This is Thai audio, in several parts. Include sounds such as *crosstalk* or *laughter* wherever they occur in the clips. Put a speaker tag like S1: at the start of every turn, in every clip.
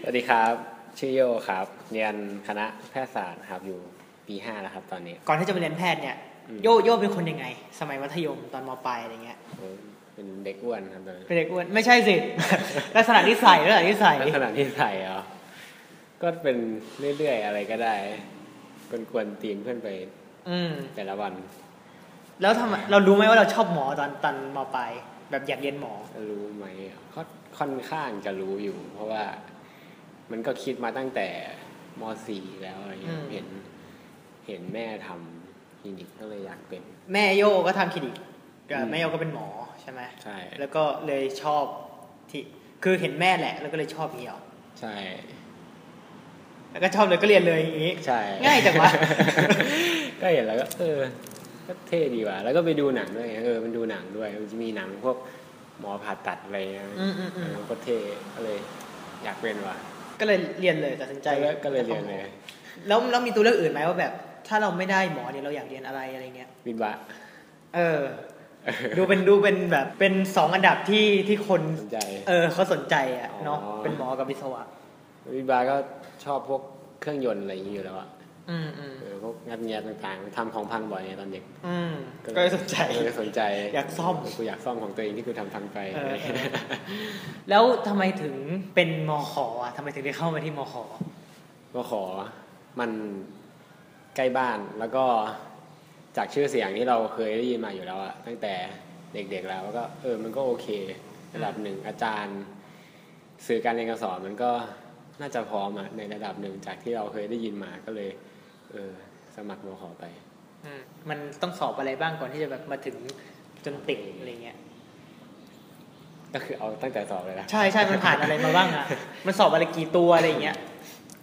S1: สวัสดีครับ ชื่อโยครับ เรียนคณะแพทยศาสตร์ครับอยู่ปีห้าแล้วครับตอนนี้
S2: ก่อนที่จะไปเรียนแพทย์เนี่ย
S1: อืม
S2: โยโยเป็นคนยังไง สมัยมัธยมตอนมปลายอะไรเงี้ย
S1: ผมเป็นเด็กอ้วนครับตอนนี้
S2: เป็นเด็กอ้วนไม่ใช่สิ
S1: *laughs*
S2: ลักษณะนิสัยลักษณะนิสัย
S1: ลักษณะที่ใส่เหรอก็เป็นเรื่อยๆอะไรก็ได้กวนๆตีนเพื่อนไป
S2: อืม
S1: แต่ละวัน
S2: แล้วทำไม
S1: *laughs*
S2: เรารู้ไหมว่าเราชอบหมอตอนตอนมปลายแบบอยากเรียนหมอ
S1: รู้ไหมก็ค่อนข้างจะรู้อยู่ เพราะว่า มันก็คิดมาตั้งแต่มสี่แล้วอะไรเงี้ย
S2: อืม
S1: เห็น เห็นแม่ทำคลินิกก็เลยอยากเป็น
S2: แม่โยก็ทำคลินิกก็
S1: อืม
S2: แม่โยก็เป็นหมอใช่ไหม
S1: ใช่
S2: แล้วก็เลยชอบที่คือเห็นแม่แหละ แล้วก็เลยชอบอย่างเงี้ยหรอ
S1: ใช่
S2: แล้วก็ชอบเลยก็เรียนเลยอย่างงี้
S1: ใช่
S2: ง่ายจังวะ
S1: *laughs* ก็เห็นแล้วก็เออก็เท่ดีว่ะ แล้วก็ไปดูหนังด้วยเออมันดูหนังด้วย มันจะมีหนังพวกหมอผ่าตัดอะไรเงี้ย
S2: อืมอืมอืม
S1: เก็เท่ก็เลย อยากเป็นว่ะ
S2: ก็เลยเรียนเลยตัดสินใจ
S1: ก็เลยก็เลยเรียนเลย
S2: แล้วแล้วมีตัวเลือกอื่นไหมว่าแบบ ถ้าเราไม่ได้หมอเนี่ยเราอยากเรียนอะไรอะไรเงี้ย
S1: วินวะ
S2: เออ ดูเป็นดูเป็นแบบเป็นสองอันดับที่ที่คน
S1: สนใจ
S2: เออเขาสนใจอ่ะเนาะ
S1: อ๋อ
S2: เป็นหมอกับวิศวะ
S1: วินวะก็ชอบพวกเครื่องยนต์อะไรอย่างนี้อยู่แล้วอ่ะ
S2: อืมอืม
S1: เออพวกงัดแงะต่างๆทำของพังบ่อยไงตอนเด็ก
S2: อืมก็เลยสนใจ
S1: ก็เลยสนใจ
S2: อยากซ่อม
S1: กูอยากซ่อมของตัวเองที่กูทำพังไป
S2: เอ
S1: *laughs*
S2: อเออแล้วทำไมถึงเป็นมอขออ่ะทำไมถึงได้เข้ามาที่มอขอ
S1: ก็ขอมันใกล้บ้านแล้วก็จากชื่อเสียงที่เราเคยได้ยินมาอยู่แล้วอะตั้งแต่เด็กๆแล้วก็เออมันก็โอเคระดับหนึ่งอาจารย์ สื่อการเรียนการสอนมันก็น่าจะพร้อมอะในระดับหนึ่งจากที่เราเคยได้ยินมาก็เลย เออสมัครมขอไป
S2: อืมมันต้องสอบอะไรบ้างก่อนที่จะแบบมาถึงจนติดอะไรเงี้ย
S1: ก็คือเอาตั้งแต่สอบเลยนะ
S2: ใช่ใช่มันผ่านอะไรมาบ้างอ่ะมันสอบอะไรกี่ตัวอะไรเงี้ย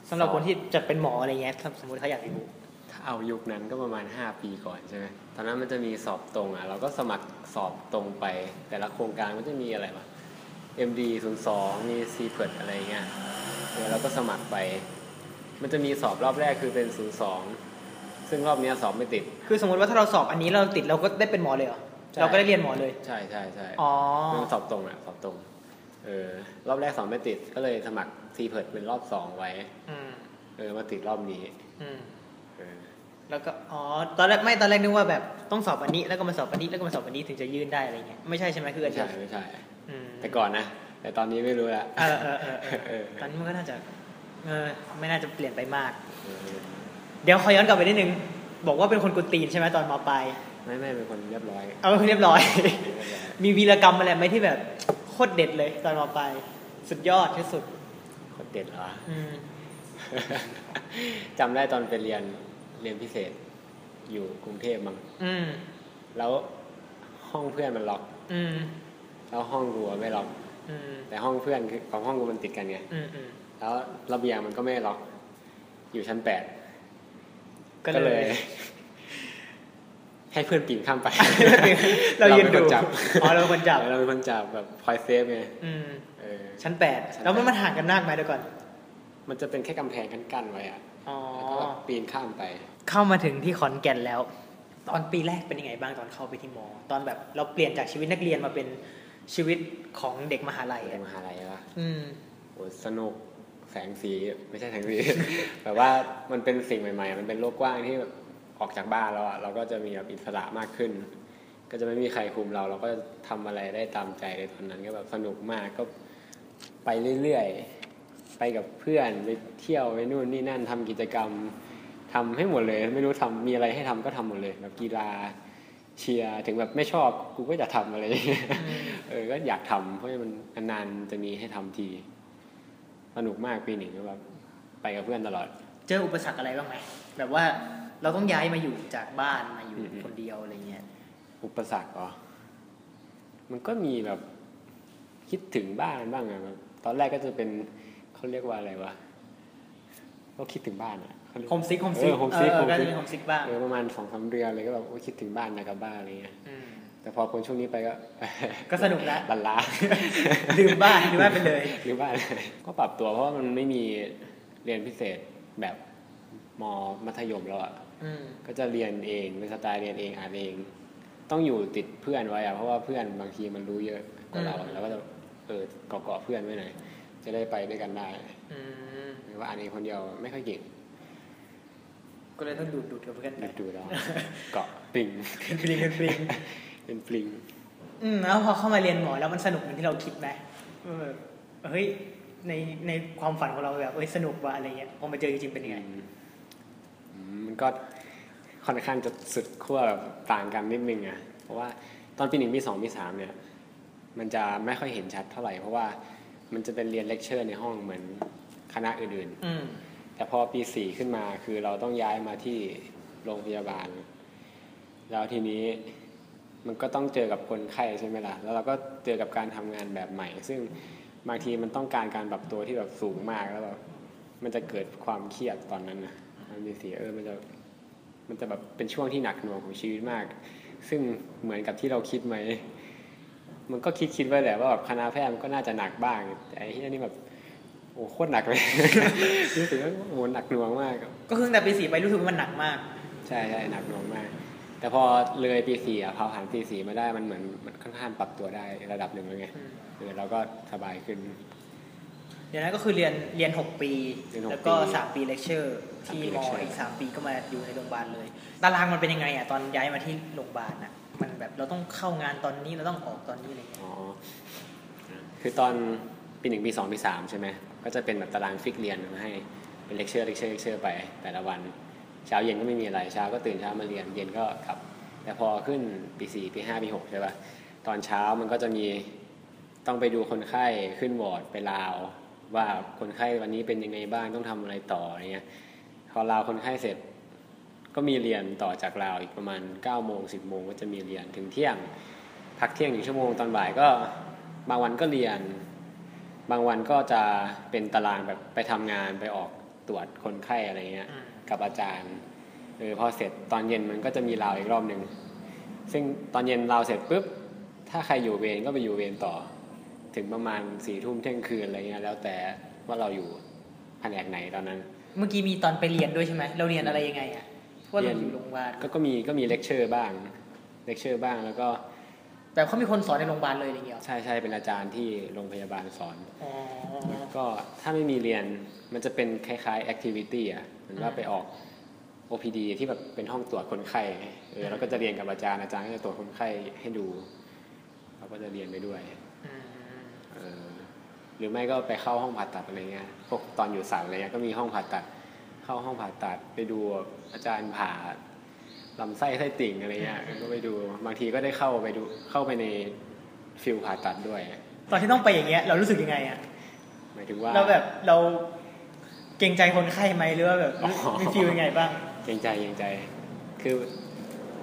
S2: สำหรับคนที่จะเป็นหมออะไรเงี้ยถ้าสมมติเขาอยากรู้
S1: ถ้าเอายุคนั้นก็ประมาณ 5 ปีก่อนใช่ไหมตอนนั้นมันจะมีสอบตรงอะเราก็สมัครสอบตรงไป แต่ละโครงการมันจะมีอะไรวะ MD 0 2มี c ีเ e ิดอะไรเงี้ยเดี๋ยวเราก็สมัครไป มันจะมีสอบรอบแรกคือเป็น 0 2 ซึ่งรอบเนี้ยสอบไม่ติด
S2: คือสมมติว่าถ้าเราสอบอันนี้เราติดเราก็ได้เป็นหมอเลยเหรอ
S1: ใช่
S2: เราก็ได้เรียนหมอเลย
S1: ใช่ใช่ใช่
S2: อ๋อ
S1: มันสอบตรงอะสอบตรง เออ รอบแรกสอบไม่ติด ก็เลยสมัคร c ีเ e ิดเป็นรอบสองไว้
S2: อืม
S1: เออ มาติดรอบนี้
S2: อืม
S1: เออ
S2: แล้วก็อ๋อตอนแรกไม่ตอนแรกนึกว่าแบบต้องสอบอันนี้แล้วก็มาสอบอันนี้แล้วก็มาสอบอันนี้ถึงจะยื่นได้อะไรเงี้ยไม่ใช่ใช่ไหมคืออั
S1: ไม่
S2: นเดีย
S1: ใช่
S2: ว
S1: ไม่ใช่
S2: อืม
S1: แต่ก่อนนะ แต่ตอนนี้ไม่รู้ละ *laughs*
S2: เออเออเออเออ
S1: เออ
S2: ตอนนี้มันก็น่าจะเออไม่น่าจะเปลี่ยนไปมาก
S1: เออ
S2: เดี๋ยวขอย้อนกลับไปนิดนึง บอกว่าเป็นคนกุนตีนใช่ไหมตอนมปลาย
S1: ไม่ไม่เป็นคนเรียบร้อย
S2: เอาเรียบร้อย *laughs*
S1: เรียบร้อย
S2: มีวีรกรรมอะไรไหมที่แบบโคตรเด็ดเลย ตอนมปลายสุดยอดที่สุด
S1: โคนเด็ดเหรอ
S2: อืม
S1: จำได้ตอนไปเรียนเรียนพิเศษ อยู่กรุงเทพมั้ง
S2: อืม
S1: แล้วห้องเพื่อนมันล็อก
S2: อืม
S1: แล้วห้องกูอะไม่ล็อก
S2: อืม
S1: แต่ห้องเพื่อนคือของห้องกูมันติดกันไง
S2: อืมอืม
S1: แล้วระเบียงมันก็ไม่ล็อก อยู่ชั้นแปด
S2: ก็เลย
S1: *laughs* ให้เพื่อนปีนข้ามไป *laughs*
S2: เรายืนดู
S1: ป็คจับ
S2: อ๋อเราเป็นคนจับ
S1: เราเป็นคนจับแบบคอยเซฟไง
S2: อืม
S1: เออ
S2: ชั้นแปด
S1: ชั้น
S2: แล้วมันมันห่างกันมากไหมเดี๋ยวก่อน
S1: มันจะเป็นแค่กำแพงกั้นๆไว้อะ
S2: อ๋อ
S1: แล้วก็แบบปีนข้ามไป
S2: เข้ามาถึงที่ขอนแก่นแล้ว ตอนปีแรกเป็นยังไงบ้างตอนเข้าไปที่มอ ตอนแบบเราเปลี่ยนจากชีวิตนักเรียนมาเป็นชีวิตของเด็กมหาลัย
S1: ไป
S2: อะ
S1: มหาลัยปะ
S2: อืม
S1: โอ้สนุกแสงสีไม่ใช่แสงสี *laughs* แบบว่ามันเป็นสิ่งใหม่ ๆ มันเป็นโลกกว้างที่แบบออกจากบ้านแล้วอะเราก็จะมีแบบอิสระมากขึ้น ก็จะไม่มีใครคุมเรา เราก็ทำอะไรได้ตามใจในตอนนั้นก็แบบสนุกมากก็ไปเรื่อยๆไปกับเพื่อนไปเที่ยวไปนู่นนี่นั่นทำกิจกรรมทำให้หมดเลย ไม่รู้ทำมีอะไรให้ทำก็ทำหมดเลยแบบกีฬาเชียร์ถึงแบบไม่ชอบกูก็จะทำอะไรอย่างเงี้ยเออก็อยากทำเพราะว่ามันนานๆจะมีให้ทำที สนุกมากปีหนึ่งก็แบบไปกับเพื่อนตลอด
S2: เจออุปสรรคอะไรบ้างไหมแบบว่าเราต้องย้ายมาอยู่จากบ้านมาอยู่
S1: อืม
S2: คนเดียวอะไรเงี้ย
S1: อุปสรรคเหรอ มันก็มีแบบคิดถึงบ้านบ้างอะแบบตอนแรกก็จะเป็นเขาเรียกว่าอะไรวะก็คิดถึงบ้านอะเขาเรียก
S2: โฮมซิกโฮมซิก
S1: เออ home sick
S2: เออ
S1: home
S2: ก็
S1: sick
S2: มีโฮมซิกบ้าง
S1: เออประมาณสองสามเดือนเลยก็แบบโอ้ยคิดถึงบ้านนะกลับบ้านอะไรเงี้ย
S2: ม
S1: แต่พอคนช่วงนี้ไปก็ *laughs*
S2: ก็สนุกละ *laughs*
S1: บันลา
S2: ลืมบ้านลืมบ้านไปเลย
S1: *laughs* หรือว่าอะไร *laughs* ก็ปรับตัวเพราะว่ามันไม่มีเรียนพิเศษแบบมมัธยมแล้วอะ
S2: อืม
S1: ก็จะเรียนเองเป็นสไตล์เรียนเองอ่านเอง ต้องอยู่ติดเพื่อนไว้อะเพราะว่าเพื่อนบางทีมันรู้เยอะกว่าเราเราก็จะเออเกาะๆเพื่อนไว้หน่อย จะได้ไปด้วยกันได้
S2: อืม
S1: หรือว่าอันเองคนเดียวไม่ค่อยเก่ง
S2: ก็เลยต้องดูดดูดกับเพื่อนไป
S1: ดูดูแล้วเกาะปลิง
S2: *laughs* ปลิงเป็นปลิง
S1: เป็นปลิง
S2: อืมแล้วพอเข้ามาเรียนหมอแล้วมันสนุกเหมือนที่เราคิดไหมเออเฮ้ยในในความฝันของเราแบบเอ้ยสนุกว่ะอะไรเงี้ยพอมาเจอจริงๆเป็นยังไง
S1: อืมมันก็ค่อนข้างจะสุดขั้วแบบต่างกันนิดนึงอะเพราะว่าตอนปีหนึ่งปีสองปีสามเนี่ย มันจะไม่ค่อยเห็นชัดเท่าไหร่ เพราะว่ามันจะเป็นเรียนเลคเชอร์ในห้องเหมือนคณะอื่น
S2: อืม
S1: ๆ แต่พอปีสี่ขึ้นมาคือเราต้องย้ายมาที่โรงพยาบาล แล้วทีนี้มันก็ต้องเจอกับคนไข้ใช่ไหมล่ะ แล้วเราก็เจอกับการทำงานแบบใหม่ ซึ่งบางทีมันต้องการการปรับตัวที่แบบสูงมากแล้วแบบมันจะเกิดความเครียดตอนนั้นนะมันมีเสียเออมันจะมันจะแบบเป็นช่วงที่หนักหน่วงของชีวิตมาก ซึ่งเหมือนกับที่เราคิดไหม มันก็คิดคิดไว้แหละว่าแบบคณะแพทย์มันก็น่าจะหนักบ้างแต่ไอ้ที่นี่แบบโอ้โหโคตรหนักเลย *laughs* รู้สึกว่าโอ้โหหนักหน่วงมาก
S2: ก็คือตั้งแต่ปีสี่ไปรู้สึกว่ามันหนักมาก
S1: ใช่ใช่หนักหน่วงมาก แต่พอเลยปีสี่อะพอผ่านปีสี่มาได้มันเหมือนมันค่อนข้างปรับตัวได้ระดับหนึ่งแล้วไง
S2: อืม
S1: เออเราก็สบายขึ้น
S2: เดี๋ยวนั้นก็คือเรียนเรียน 6 ปี
S1: เรียนหก
S2: แล้วก็
S1: ปี
S2: 3 ปีเลคเชอร์ ที่
S1: สามปี
S2: มอ
S1: lecture
S2: อีก 3 ปีก็มาอยู่ในโรงพยาบาลเลย ตารางมันเป็นยังไงอ่ะ ตอนย้ายมาที่โรงพยาบาลอ่ะ มันแบบเราต้องเข้างานตอนนี้เราต้องออกตอนนี้อะไรเงี้ย
S1: อ๋อคือตอนปีหนึ่งปีสองปีสามใช่ไหมก็จะเป็นแบบตารางฟิกเรียนมาให้เป็นเลคเชอร์เลคเชอร์เลคเชอร์ไปแต่ละวัน เช้าเย็นก็ไม่มีอะไรเช้าก็ตื่นเช้ามาเรียนเย็นก็กลับ แต่พอขึ้นปีสี่ปีห้าปีหกใช่ปะตอนเช้ามันก็จะมีต้องไปดูคนไข้ขึ้นวอร์ดไปลาว ว่าคนไข้วันนี้เป็นยังไงบ้างต้องทำอะไรต่ออะไรเงี้ยพอลาวคนไข้เสร็จ ก็มีเรียนต่อจากลาวอีกประมาณ9ก้าโมงสิบโมงก็จะมีเรียนถึงเที่ยง พักเที่ยงหนึ่งชั่วโมงตอนบ่ายก็บางวันก็เรียน บางวันก็จะเป็นตารางแบบไปทำงานไปออกตรวจคนไข้อะไรเงี้ย
S2: อืม
S1: กับอาจารย์เออพอเสร็จตอนเย็นมันก็จะมีราวอีกรอบหนึ่ง ซึ่งตอนเย็นราวเสร็จปุ๊บ ถ้าใครอยู่เวรก็ไปอยู่เวรต่อ ถึงประมาณสี่ทุ่มเที่ยงคืนอะไรเงี้ยแล้วแต่ว่าเราอยู่แผนกไหนตอนนั้น
S2: เมื่อกี้มีตอนไปเรียนด้วยใช่ไหม เราเรียนอะไรยังไงอ่ะว่าเราอยู่โรงพยาบาล
S1: ก็ก็มีก็มีเลคเชอร์บ้าง เลคเชอร์บ้างแล้วก็
S2: แบบเขามีคนสอนในโรงพยาบาลเลยอะไรเงี้ยเหรอ
S1: ใช่ใช่เป็นอาจารย์ที่โรงพยาบาลสอน
S2: อ๋อ
S1: แล้วก็ถ้าไม่มีเรียนมันจะเป็นคล้ายๆ activity อ่ะเหมือนว่า
S2: อืม
S1: ไปออก OPD ที่แบบเป็นห้องตรวจคนไข้เออแล้วก็จะเรียนกับอาจารย์อาจารย์ก็จะตรวจคนไข้ให้ดูเราก็จะเรียนไปด้วย
S2: อืม
S1: เออหรือไม่ก็ไปเข้าห้องผ่าตัดอะไรเงี้ยพวกตอนอยู่ศาลอะไรเงี้ยก็มีห้องผ่าตัด เข้าห้องผ่าตัดไปดูอาจารย์ผ่าลำไส้ไส้ติ่งอะไรเงี้ยเออก็ไปดูบางทีก็ได้เข้าไปดูเข้าไปในฟิลผ่าตัดด้วย
S2: ตอนที่ต้องไปอย่างเงี้ยเรารู้สึกยังไงอ่ะ
S1: หมายถึงว่า
S2: เราแบบเราเกรงใจคนไข้ไหมหรือว่าแบบ
S1: อ๋อ
S2: มีฟีลยังไงบ้าง
S1: เกรงใจเกรงใจ คือ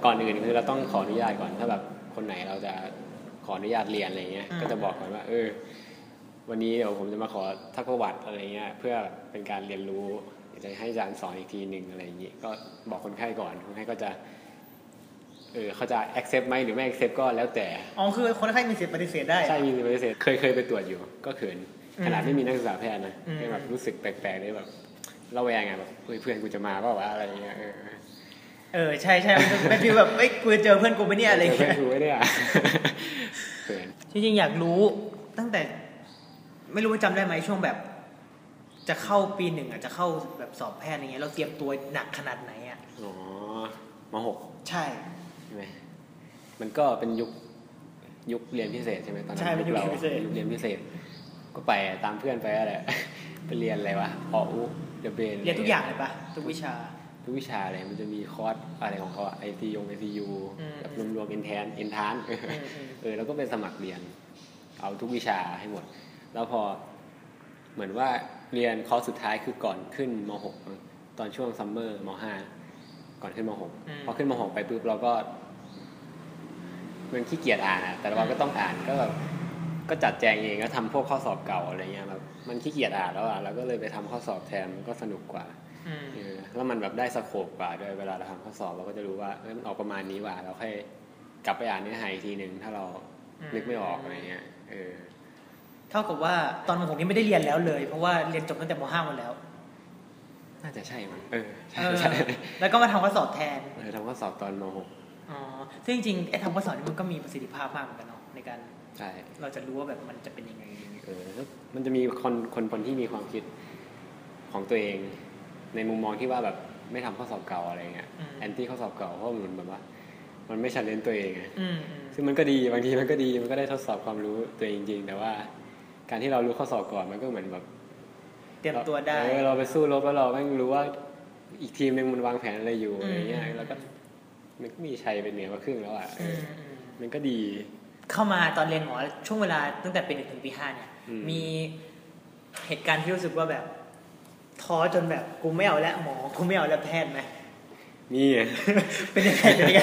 S1: ก่อนอื่นคือเราต้องขออนุญาตก่อน ถ้าแบบคนไหนเราจะขออนุญาตเรียนอะไรเงี้ย
S2: อืม
S1: ก็จะบอกก่อนว่า เออ วันนี้เดี๋ยวผมจะมาขอทักประวัติอะไรเงี้ย เพื่อเป็นการเรียนรู้เดี๋ยวจะให้อาจารย์สอนอีกทีหนึ่งอะไรอย่างงี้ ก็บอกคนไข้ก่อน คนไข้ก็จะ เออเขาจะ accept ไหมหรือไม่ accept ก็แล้วแต่
S2: อ๋อคือคนไข้มีสิทธิ์ปฏิเสธได้
S1: ใช่มีปฏิเสธเคยเคยไปตรวจอยู่ ก็เขิน
S2: อืม
S1: ขนาดไม่มีนักศึกษาแพทย์นะ
S2: อืม
S1: ก็แบบรู้สึกแปลกๆเลยแบบระแวงไงแบบเฮ้ยเพื่อนกูจะมาเปล่าวะอะไรเงี้ย เออ
S2: เออใช่ใช่มันจะเป็นฟีลแบบเอ้ยกูจะเจอเพื่อนกูไปะเนี่ยอะไร
S1: เงี้
S2: เงี้ย
S1: ยไม่ได้อ่ะเขิน
S2: จริงๆอยากรู้ตั้งแต่ ไม่รู้ว่าจำได้ไหมช่วงแบบ จะเข้าปีหนึ่งอ่ะจะเข้าแบบสอบแพทย์อะไรเงี้ยเราเตรียมตัวหนักขนาดไหนอ่ะ
S1: อ๋อมหก
S2: ใช่
S1: ใช่ไหมมันก็เป็นยุคยุคเรียนพิเศษใช่ไหมตอนนั้
S2: ใช่
S1: น
S2: เป็น
S1: ยุคเรา
S2: ยุคเรียนพิเศษ
S1: ยุคเรียนพิเศษ ก็ไปตามเพื่อนไปอะไร ไปเรียนอะไรวะพออุเดเบน
S2: เรียนทุกอย่างเลยปะทุกวิชา
S1: ทุกวิชาเลยมันจะมีคอร์สอะไรของเขาไอซียงไอซียู
S2: อืม
S1: แบบรวมๆเอ็นแทนเอ็นทาน
S2: อืมอืม
S1: เออแล้วก็เป็นสมัครเรียน เอาทุกวิชาให้หมด แล้วพอเหมือนว่าเรียนคอร์สสุดท้ายคือก่อนขึ้นม .6 ตอนช่วงซัมเมอร์ม .5 ก่อนขึ้นม .6 พอขึ้นม .6 ไปปุ๊บเราก็มันขี้เกียจอ่านอะแต่เราก็ต้องอ่านก็แบบก็จัดแจงเองก็ทำพวกข้อสอบเก่าอะไรเงี้ยแบบมันขี้เกียจอ่านแล้วอะเราก็เลยไปทำข้อสอบแทนมันก็สนุกกว่า
S2: อืม
S1: เออแล้วมันแบบได้สโคปกว่าด้วยเวลาเราทำข้อสอบเราก็จะรู้ว่าเอ้ยมันออกประมาณนี้ว่ะเราค่อยกลับไปอ่านเนื้อหาอีกทีหนึ่งถ้าเรานึกไม่ออกอะไรเงี้ยเออ
S2: เท่ากับว่าตอนมหกนี่ไม่ได้เรียนแล้วเลย เพราะว่าเรียนจบตั้งแต่มห้าหมดแล้ว
S1: น่าจะใช่มั้งเออใช่
S2: เออ
S1: ใช่
S2: แล้วก็มาทำข้อสอบแทน
S1: เออทำข้อสอบตอนม .6
S2: อ๋อ ซึ่งจริงๆไอ้ทำข้อสอบนี่มันก็มีประสิทธิภาพมากเหมือนกันเนาะในการ
S1: ใช่
S2: เราจะรู้ว่าแบบมันจะเป็นยังไงอย่างเงี้ย
S1: เออมันจะมีคนคนคนที่มีความคิดของตัวเอง ในมุมมองที่ว่าแบบไม่ทำข้อสอบเก่าอะไรเงี้ย
S2: อืม
S1: แอนตี้ข้อสอบเก่าเพราะมันแบบว่า มันไม่ชันเลนตัวเองไง
S2: อืม
S1: ซึ่งมันก็ดีบางทีมันก็ดีมันก็ได้ทดสอบความรู้ตัวเองจริง แต่ว่า การที่เรารู้ข้อสอบก่อนมันก็เหมือนแบบ
S2: เตรียมตัวได้
S1: เออเราไปสู้รบแล้วเราแม่งรู้ว่าอีกทีมหนึ่งมันวางแผนอะไรอยู่
S2: อืม
S1: อะไรเงี้ยแล้วก็มันก็มีชัยเป็นเหนือกว่าครึ่งแล้วอ่ะเอ
S2: อื
S1: อ
S2: มอืม
S1: มันก็ดี
S2: เข้ามาตอนเรียนหมอช่วงเวลาตั้งแต่ปีหนึ่งถึงปีห้าเนี่ย
S1: อืม
S2: มีเหตุการณ์ที่รู้สึกว่าแบบท้อจนแบบกูไม่เอาแล้วหมอกูไม่เอาแล้วแพทย์ไหม
S1: นี่
S2: เป็นยังไงเป็นยังไง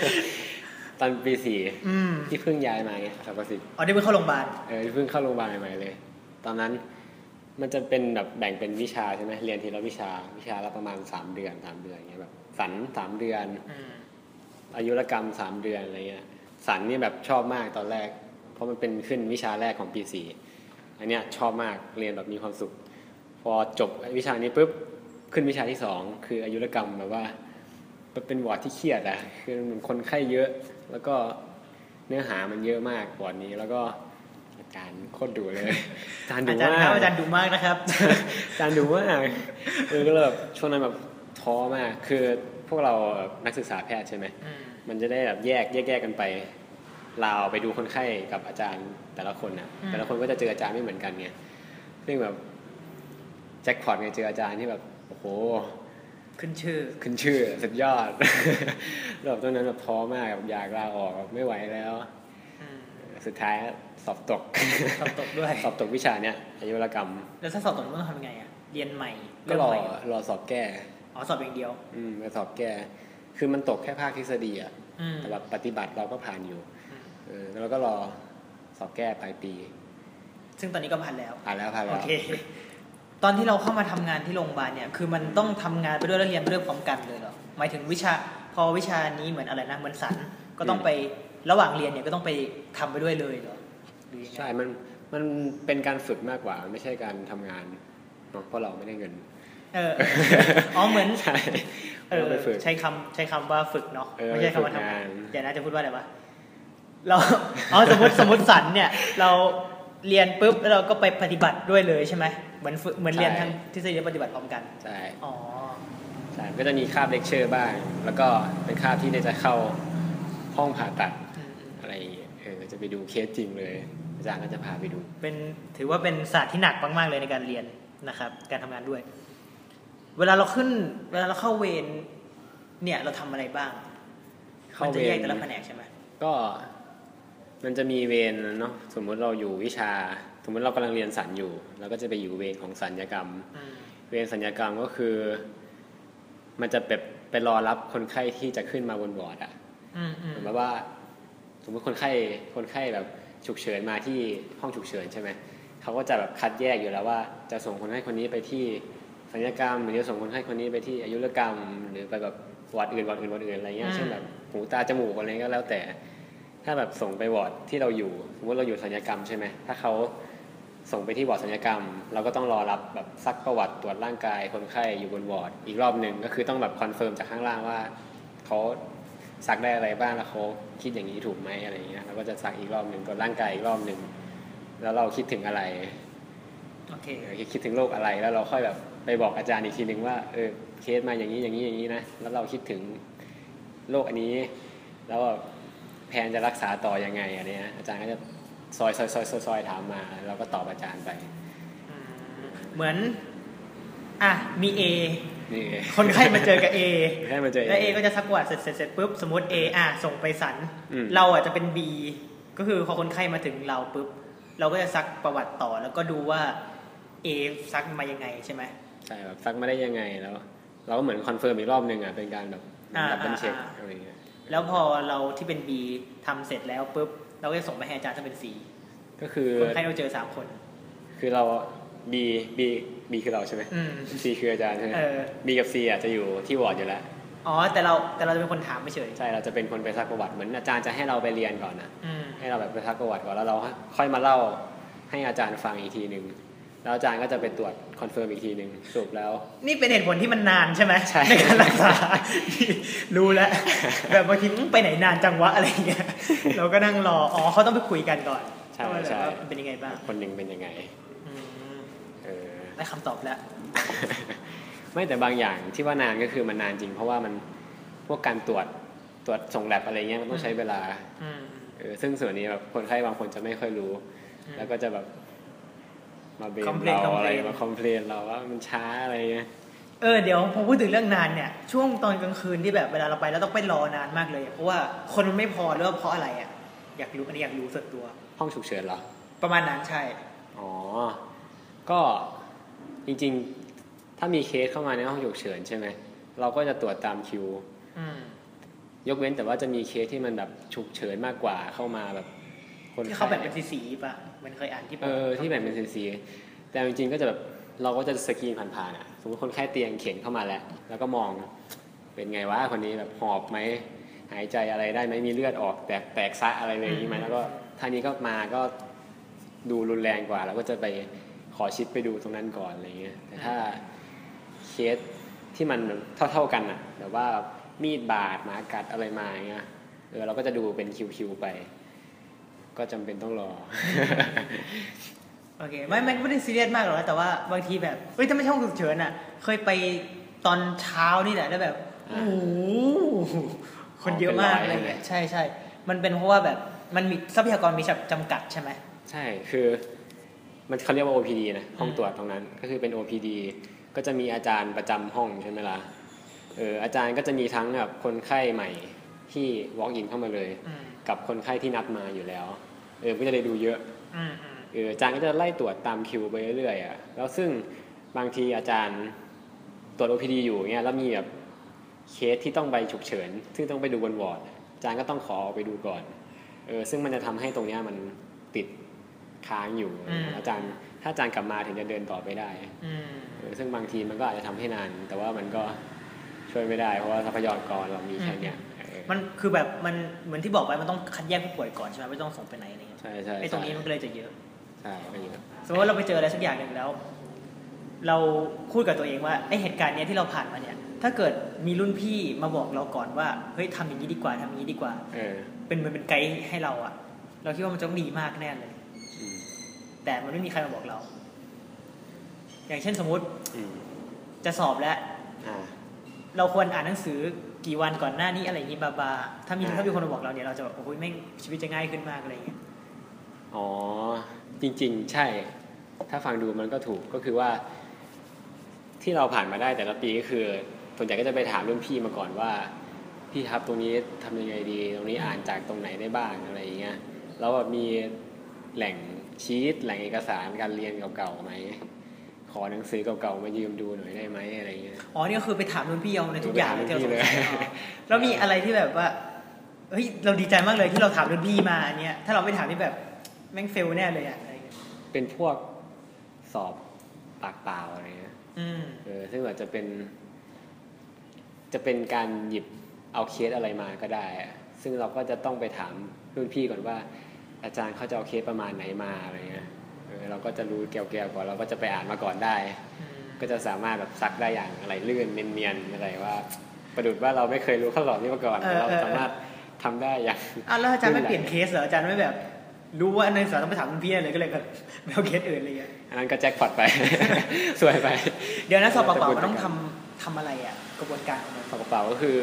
S1: *laughs* ตอนปีสี่
S2: อืม
S1: ที่เพิ่งย้ายมาไงสามสิบ
S2: อ๋อได้เพิ่งเข้าโรงพยาบาล
S1: เออที่เพิ่งเข้าโรงพยาบาลใหม่ๆเลย ตอนนั้นมันจะเป็นแบบแบ่งเป็นวิชาใช่ไหมเรียนทีละวิชาวิชาละประมาณสามเดือนสามเดือนเงี้ยแบบสันสามเดือน
S2: อืม
S1: อายุรกรรมสามเดือนอะไรเงี้ยสันนี่แบบชอบมากตอนแรก เพราะมันเป็นขึ้นวิชาแรกของปีสี่อันเนี้ยชอบมากเรียนแบบมีความสุข พอจบวิชานี้ปุ๊บขึ้นวิชาที่สองคืออายุรกรรมแบบว่ามันเป็นวอร์ดที่เครียดอะคือมันคนไข้เยอะ แล้วก็เนื้อหามันเยอะมากวอร์ดนี้แล้วก็อาจารย์โคตรดุเลยอาจารย์ดุ
S2: อาจารย์
S1: มา
S2: ครั
S1: ก
S2: บอาจารย์ดูมากนะครับ
S1: การดูมากเออก็เลยแบบช่วงนั้นแบบท้อมาก คือพวกเราแบบนักศึกษาแพทย์ใช่ไหม
S2: อืม
S1: มันจะได้แบบแยกแยกแยกกันไปลาวไปดูคนไข้กับอาจารย์แต่ละคนนะ
S2: อืม
S1: แต่ละคนก็จะเจออาจารย์ไม่เหมือนกันไงซึ่งแบบแจ็คพอตไงเจออาจารย์ที่แบบโอ้โห
S2: ขึ้นชื่อ
S1: ขึ้นชื่อสุดยอด *laughs* แล้วแบบตอนนั้นแบบท้อมากแบบอยากลาออกแบบไม่ไหวแล้ว
S2: อืม
S1: สุดท้ายสอบตก *coughs*
S2: สอบตกด้วย
S1: สอบตกวิชาเนี้ยอายุรกรรม
S2: แล้วถ้าสอบตกต้องทำยังไงอะเรียนใหม่
S1: ก็
S2: เริ่ม
S1: รอ
S2: ใหม่
S1: รอสอบแก้
S2: อ๋อสอบอย่างเดียว
S1: อืมไปสอบแก้ คือมันตกแค่ภาคทฤษฎีอะ
S2: อืม
S1: แต่แบบปฏิบัติเราก็ผ่านอยู่
S2: อืม
S1: เออ แล้วเราก็รอสอบแก้ปลายปี
S2: ซึ่งตอนนี้ก็ผ่านแล้ว
S1: ผ่านแล้วผ่าน
S2: โอ
S1: แล้ว
S2: เค ตอนที่เราเข้ามาทำงานที่โรงพยาบาลเนี่ย คือมันต้องทำงานไปด้วยแล้วเรียนไปด้วยพร้อมกันเลยเหรอ หมายถึงวิชา พอวิชานี้เหมือนอะไรนะ เหมือนสัน ก็ต้องไประหว่างเรียนเนี่ยก็ต้องไปทำไปด้วยเลยเหรอหรือยังไง
S1: ใช่ มัน มันเป็นการฝึกมากกว่า มันไม่ใช่การทำงานเนอะเพราะเราไม่ได้เงิน *laughs*
S2: เออ อ๋อ เหมือน
S1: ใช่
S2: เออ
S1: เราไปฝึก
S2: ใช้คำใช้คำว่าฝึกเนาะ
S1: เออ
S2: ไม่ใช่คำว่าทำงาน
S1: ไปฝึกงาน
S2: เดี๋ยวนะจะพูดว่าอะไรวะ เรา *laughs* อ๋อ สมมติ สมมติสันเนี่ย เราเรียนปุ๊บแล้วเราก็ไปปฏิบัติด้วยเลยใช่ไหมเหมือนฝึก เหมือนเรียนทั้งทฤษฎีและปฏิบัติพร้อมกัน
S1: ใช่
S2: อ๋อ
S1: ใช่ก็จะมีคาบเลคเชอร์บ้าง แล้วก็เป็นคาบที่ได้จะเข้าห้องผ่าตัดอะไรอย่างเงี้ย เออ จะไปดูเคสจริงเลย อาจารย์ก็จะพาไปดู
S2: เป็นถือว่าเป็นศาสตร์ที่หนักมาก ๆ เลยในการเรียนนะครับ การทำงานด้วย เวลาเราขึ้น เวลาเราเข้าเวรเนี่ยเราทำอะไรบ้าง
S1: เข้า
S2: มัน
S1: เวร
S2: จะแยกแต่ละแผนกใช่ไหม
S1: ก็มันจะมีเวรเนาะสมมุติเราอยู่วิชา สมมุติเรากำลังเรียนสัญอยู่เราก็จะไปอยู่เวรของสัญญกรรม
S2: อืม
S1: เวรสัญญกรรมก็คือ มันจะแบบไปรอรับคนไข้ที่จะขึ้นมาบนวอร์ดอะ
S2: อืมอื
S1: เห
S2: ม
S1: มือนแบบว่า สมมติคนไข้คนไข้แบบฉุกเฉินมาที่ห้องฉุกเฉินใช่ไหมเขาก็จะแบบคัดแยกอยู่แล้วว่า จะส่งคนไข้คนนี้ไปที่สัญญกรรม หรือจะส่งคนไข้คนนี้ไปที่อายุรกรรม หรือไปแบบวอร์ดอื่นวอร์ดอื่นวอร์ดอื่นอะไรเงี้ยเช่นแบบหูตาจมูกอะไรก็แล้วแต่ ถ้าแบบส่งไปวอร์ดที่เราอยู่สมมติเราอยู่สัญญกรรมใช่ไหมถ้าเขาส่งไปที่วอร์ดสัญญกรรม เราก็ต้องรอรับแบบซักประวัติตรวจร่างกายคนไข้อยู่บนวอร์ดอีกรอบหนึ่งก็คือต้องแบบคอนเฟิร์มจากข้างล่างว่าเขาซักได้อะไรบ้างแล้วเขาคิดอย่างนี้ถูกไหมอะไรอย่างเงี้ยเราก็จะซักอีกรอบหนึ่งตรวจร่างกายอีกรอบหนึ่งแล้วเราคิดถึงอะไร
S2: โอเค
S1: เออคิดถึงโรคอะไรแล้วเราค่อยแบบไปบอกอาจารย์อีกทีหนึ่งว่าเออเคสมาอย่างนี้อย่างนี้อย่างนี้นะแล้วเราคิดถึงโรคอันนี้ แล้วแบบแพนจะรักษาต่อยังไงอันเนี้ยอาจารย์ก็จะซอยซอยซอยซอยซอยถามมาเราก็ตอบอาจารย์ไป
S2: เหมือน อ่ะมี A
S1: นี่
S2: คนไข้มาเจอกับ A
S1: *laughs* ให้มาเจอ
S2: แล้ว A ก็จะซักประวัติเสร็จเสร็จเสร็จปุ๊บสมมติ A อ่ะส่งไปสัน
S1: อืม
S2: เราอาจจะเป็น B ก็คือพอคนไข้มาถึงเราปุ๊บเราก็จะซักประวัติต่อ แล้วก็ดูว่า A ซักมายังไงใช่ไหม
S1: ใช่แบบซักมาได้ยังไงแล้ว เราก็เหมือนคอนเฟิร์มอีกรอบหนึ่งอ่ะเป็นการแบบ
S2: อ่า
S1: ดับเบิลเช็ค
S2: อ่า
S1: อะไรเงี้ย
S2: แล้วพอเราที่เป็น B ทำเสร็จแล้วปุ๊บเราก็จะส่งไปให้อาจารย์ที่เป็น C
S1: ก็คือ
S2: คนไข้เราเจอสามคน
S1: คือเรา B B B คือเราใช่ไหม
S2: อืม
S1: C คืออาจารย์ใช่ไหม
S2: เออ
S1: B กับ C อ่ะจะอยู่ที่วอร์ดอยู่แล้ว
S2: อ๋อ แต่เราแต่เราจะเป็นคนถามไม่เฉย
S1: ใช่เราจะเป็นคนไปซักประวัติเหมือนอาจารย์จะให้เราไปเรียนก่อนนะ
S2: อืม
S1: ให้เราแบบไปทักประวัติก่อนแล้วเราค่อยมาเล่าให้อาจารย์ฟังอีกทีหนึ่งแล้วอาจารย์ก็จะไปตรวจคอนเฟิร์มอีกทีหนึ่งสรุปแล้ว
S2: นี่เป็นเหตุผลที่มันนานใช่ไหม
S1: ใช่
S2: ในการรักษา รู้แล้ว
S1: *laughs*
S2: แบบบางทีอื้อไปไหนนานจังวะอะไรอย่างเงี้ยเราก็นั่งรอ อ๋อเขาต้องไปคุยกันก่อน
S1: ใช่ ช่
S2: ว่าแบบ
S1: ใช่
S2: ว่ามันเป็นยังไงบ้าง
S1: คนหนึ่งเป็นยังไง
S2: อืม
S1: เออ *laughs*
S2: ได้คำตอบแล้ว
S1: ไม่แต่บางอย่างที่ว่านานก็คือมันนานจริง เพราะว่ามันพวกการตรวจตรวจส่งแลบอะไรเงี้ยมันต้องใช้เวลา
S2: อืม
S1: เออซึ่งส่วนนี้แบบคนไข้บางคนจะไม่ค่อยรู้
S2: อืม
S1: แล้วก็จะแบบมาเบร
S2: Complain
S1: เราอะไร
S2: complain
S1: มาคอมเพลนเราว่ามันช้าอะไรเงี้ย
S2: เออเดี๋ยวพอพูดถึงเรื่องนานเนี่ย ช่วงตอนกลางคืนที่แบบเวลาเราไปแล้วต้องไปรอนานมากเลยอะเพราะว่าคนมันไม่พอหรือว่าเพราะอะไรอ่ะอยากรู้อันนี้อยากรู้ส่วนตัว
S1: ห้องฉุกเฉินเหรอ
S2: ประมาณนั้นใช่
S1: อ๋อ ก็จริงๆ ถ้ามีเคสเข้ามาในห้องฉุกเฉินใช่ไหม เราก็จะตรวจตามคิว
S2: อืม
S1: ยกเว้นแต่ว่าจะมีเคสที่มันแบบฉุกเฉินมากกว่าเข้ามาแบบ คน
S2: ที่
S1: ไข้
S2: เขาแบ่งเป็นสีสีๆป่ะเหมันเคยอ่านที่ผม
S1: เออที่แบ่งเป็นซีซีแต่จริงๆ ก็จะแบบเราก็จะสกรีนผ่านๆอ่ะ สมมติคนไข้เตียงเข็นเข้ามาแล้ว แล้วก็มองเป็นไงวะคนนี้แบบหอบไหม หายใจอะไรได้ไหมมีเลือดออก แตกแตกซะอะไรเลยอย่างนี้ไหมแล้วก็ท่านี้ก็มาก็ดูรุนแรงกว่าเราก็จะไปขอชิดไปดูตรงนั้นก่อนอะไรเงี้ย แต่ถ้าเคสที่มันเท่าๆกันอ่ะแบบว่ามีดบาดหมากัดอะไรมาอย่างเงี้ย เออเราก็จะดูเป็นคิวๆไป ก็จำเป็นต้องรอ
S2: โอเคไม่ไม่ไม่ได้ซีเรียสมากหรอกนะแต่ว่าบางทีแบบเอ้ยถ้าไม่ใช่ห้องฉุกเฉินอ่ะ เคยไปตอนเช้านี่แหละแล้วแบบ
S1: อ่า
S2: โอ้โหคนเยอะมาก
S1: เป็นร้อย
S2: อะไรเงี้ย
S1: เลย
S2: ใช่ใช่มันเป็นเพราะว่าแบบมันมีทรัพยากรมีจำกัดใช่ไหม
S1: ใช่ คือมันเขาเรียกว่า OPD นะ ห้อง
S2: อืม
S1: ตรวจตรงนั้น ก็คือเป็น OPD ก็จะมีอาจารย์ประจำห้องใช่ไหมล่ะ เออ อาจารย์ก็จะมีทั้งแบบคนไข้ใหม่ที่ walk in เข้ามาเลย
S2: อืม
S1: กับคนไข้ที่นัดมาอยู่แล้ว เออ ก็จะได้ดูเยอะ
S2: อืมอืม
S1: เออ อาจารย์ก็จะไล่ตรวจตามคิวไปเรื่อยๆอ่ะ แล้วซึ่งบางทีอาจารย์ตรวจ OPD อยู่เงี้ย แล้วมีแบบเคสที่ต้องไปฉุกเฉิน ซึ่งต้องไปดูบนวอร์ด อาจารย์ก็ต้องขอออกไปดูก่อน เออ ซึ่งมันจะทำให้ตรงเนี้ยมันติดค้างอยู่แล้วอาจารย์ ถ้าอาจารย์กลับมาถึงจะเดินต่อไปได้
S2: อืม
S1: เออ ซึ่งบางทีมันก็อาจจะทำให้นาน แต่ว่ามันก็ช่วยไม่ได้ เพราะว่าทรัพยากรเรามีแค่เนี้ยเออ
S2: มันคือแบบมันเหมือนที่บอกไปมันต้องคัดแยกผู้ป่วยก่อนใช่ไหมไม่ต้องส่งไปไหนอะไรเงี้ย
S1: ใช่ใช่
S2: ไอ้ตรงนี้มันก็เลยจะเยอะ
S1: ใช่ไม่เยอะ
S2: สมมติว่าเราไปเจออะไรสักอย่างหนึ่งแล้ว เราพูดกับตัวเองว่าไอเหตุการณ์เนี้ยที่เราผ่านมาเนี่ย ถ้าเกิดมีรุ่นพี่มาบอกเราก่อนว่าเฮ้ยทำอย่างนี้ดีกว่าทำอย่างนี้ดีกว่า
S1: เออ
S2: เป็นเหมือนเป็นไกด์ให้เราอะเราคิดว่ามันจะต้องดีมากแน่เลย
S1: อืม
S2: แต่มันไม่มีใครมาบอกเรา อย่างเช่นสมมติ
S1: อืม
S2: จะสอบแล้ว
S1: อ่า
S2: เราควรอ่านหนังสือกี่วันก่อนหน้านี้อะไรอย่างนี้บาบาถ้ามี
S1: อ่า
S2: ถ้ามีคนมาบอกเราเนี่ยเราจะแบบโอ้ยแม่งชีวิตจะง่ายขึ้นมากอะไรอย่างเงี้ย
S1: อ๋อ จริงๆ ใช่ ถ้าฟังดูมันก็ถูกก็คือว่า ที่เราผ่านมาได้แต่ละปีก็คือส่วนใหญ่ก็จะไปถามรุ่นพี่มาก่อนว่า พี่ครับตรงนี้ทำยังไงดี ตรงนี้อ่านจากตรงไหนได้บ้างอะไรอย่างเงี้ยแล้วแบบมีแหล่งชีตแหล่งเอกสารการเรียนเก่าๆไหมขอหนังสือเก่าๆมายืมดูหน่อยได้ไหมอะไรเงี้ย
S2: อ๋อนี่ก็คือไปถามรุ่นพี่เอาในทุกอย่างเลยที่เราสงสัย
S1: ไปถามรุ่นพี่เลย
S2: อ๋อแล้วมีอะไรที่แบบว่าเฮ้ยเราดีใจมากเลยที่เราถามรุ่นพี่มาอันเนี้ยถ้าเราไม่ถามนี่แบบแม่งเฟลแน่เลยอะอะไรอย่างเงี้ย
S1: เป็นพวกสอบปากเปล่าอะไรเงี้ย
S2: อืม
S1: เออซึ่งอาจจะเป็น จะเป็นการหยิบเอาเคสอะไรมาก็ได้อะซึ่งเราก็จะต้องไปถามรุ่นพี่ก่อนว่า อาจารย์เขาจะเอาเคสประมาณไหนมาอะไรเงี้ยเออเราก็จะรู้แก้วๆก่อนเราก็จะไปอ่านมาก่อนได้ ก็จะสามารถแบบซักได้อย่างอะไรลื่นเนียนๆอะไรว่า ประดุดว่าเราไม่เคยรู้ข้อสอบนี้มาก่อน
S2: เอ
S1: แต่
S2: อ
S1: เรา
S2: เออ
S1: สามารถทำได้อย่าง
S2: อ่ะแล้วอาจารย์ไม่
S1: รุ่นไหน
S2: เปลี่ยนเคสเหรออาจารย์ไม่แบบ รู้ว่าในสารต้องไปถามรุ่นพี่อะไรก็เลยแบบไม่เอาเคสอื่นอะไรอย่างเงี้ย
S1: อันนั้นก็แจ็คพอตไป *laughs* สวยไป
S2: เดี๋ยวนะสอบเปล่า
S1: แต่
S2: ๆ
S1: กระบวน
S2: มันต้อง
S1: การ
S2: ทำทำอะไรอะกระบวนการของมัน
S1: ฝากกระเป๋าก็คือ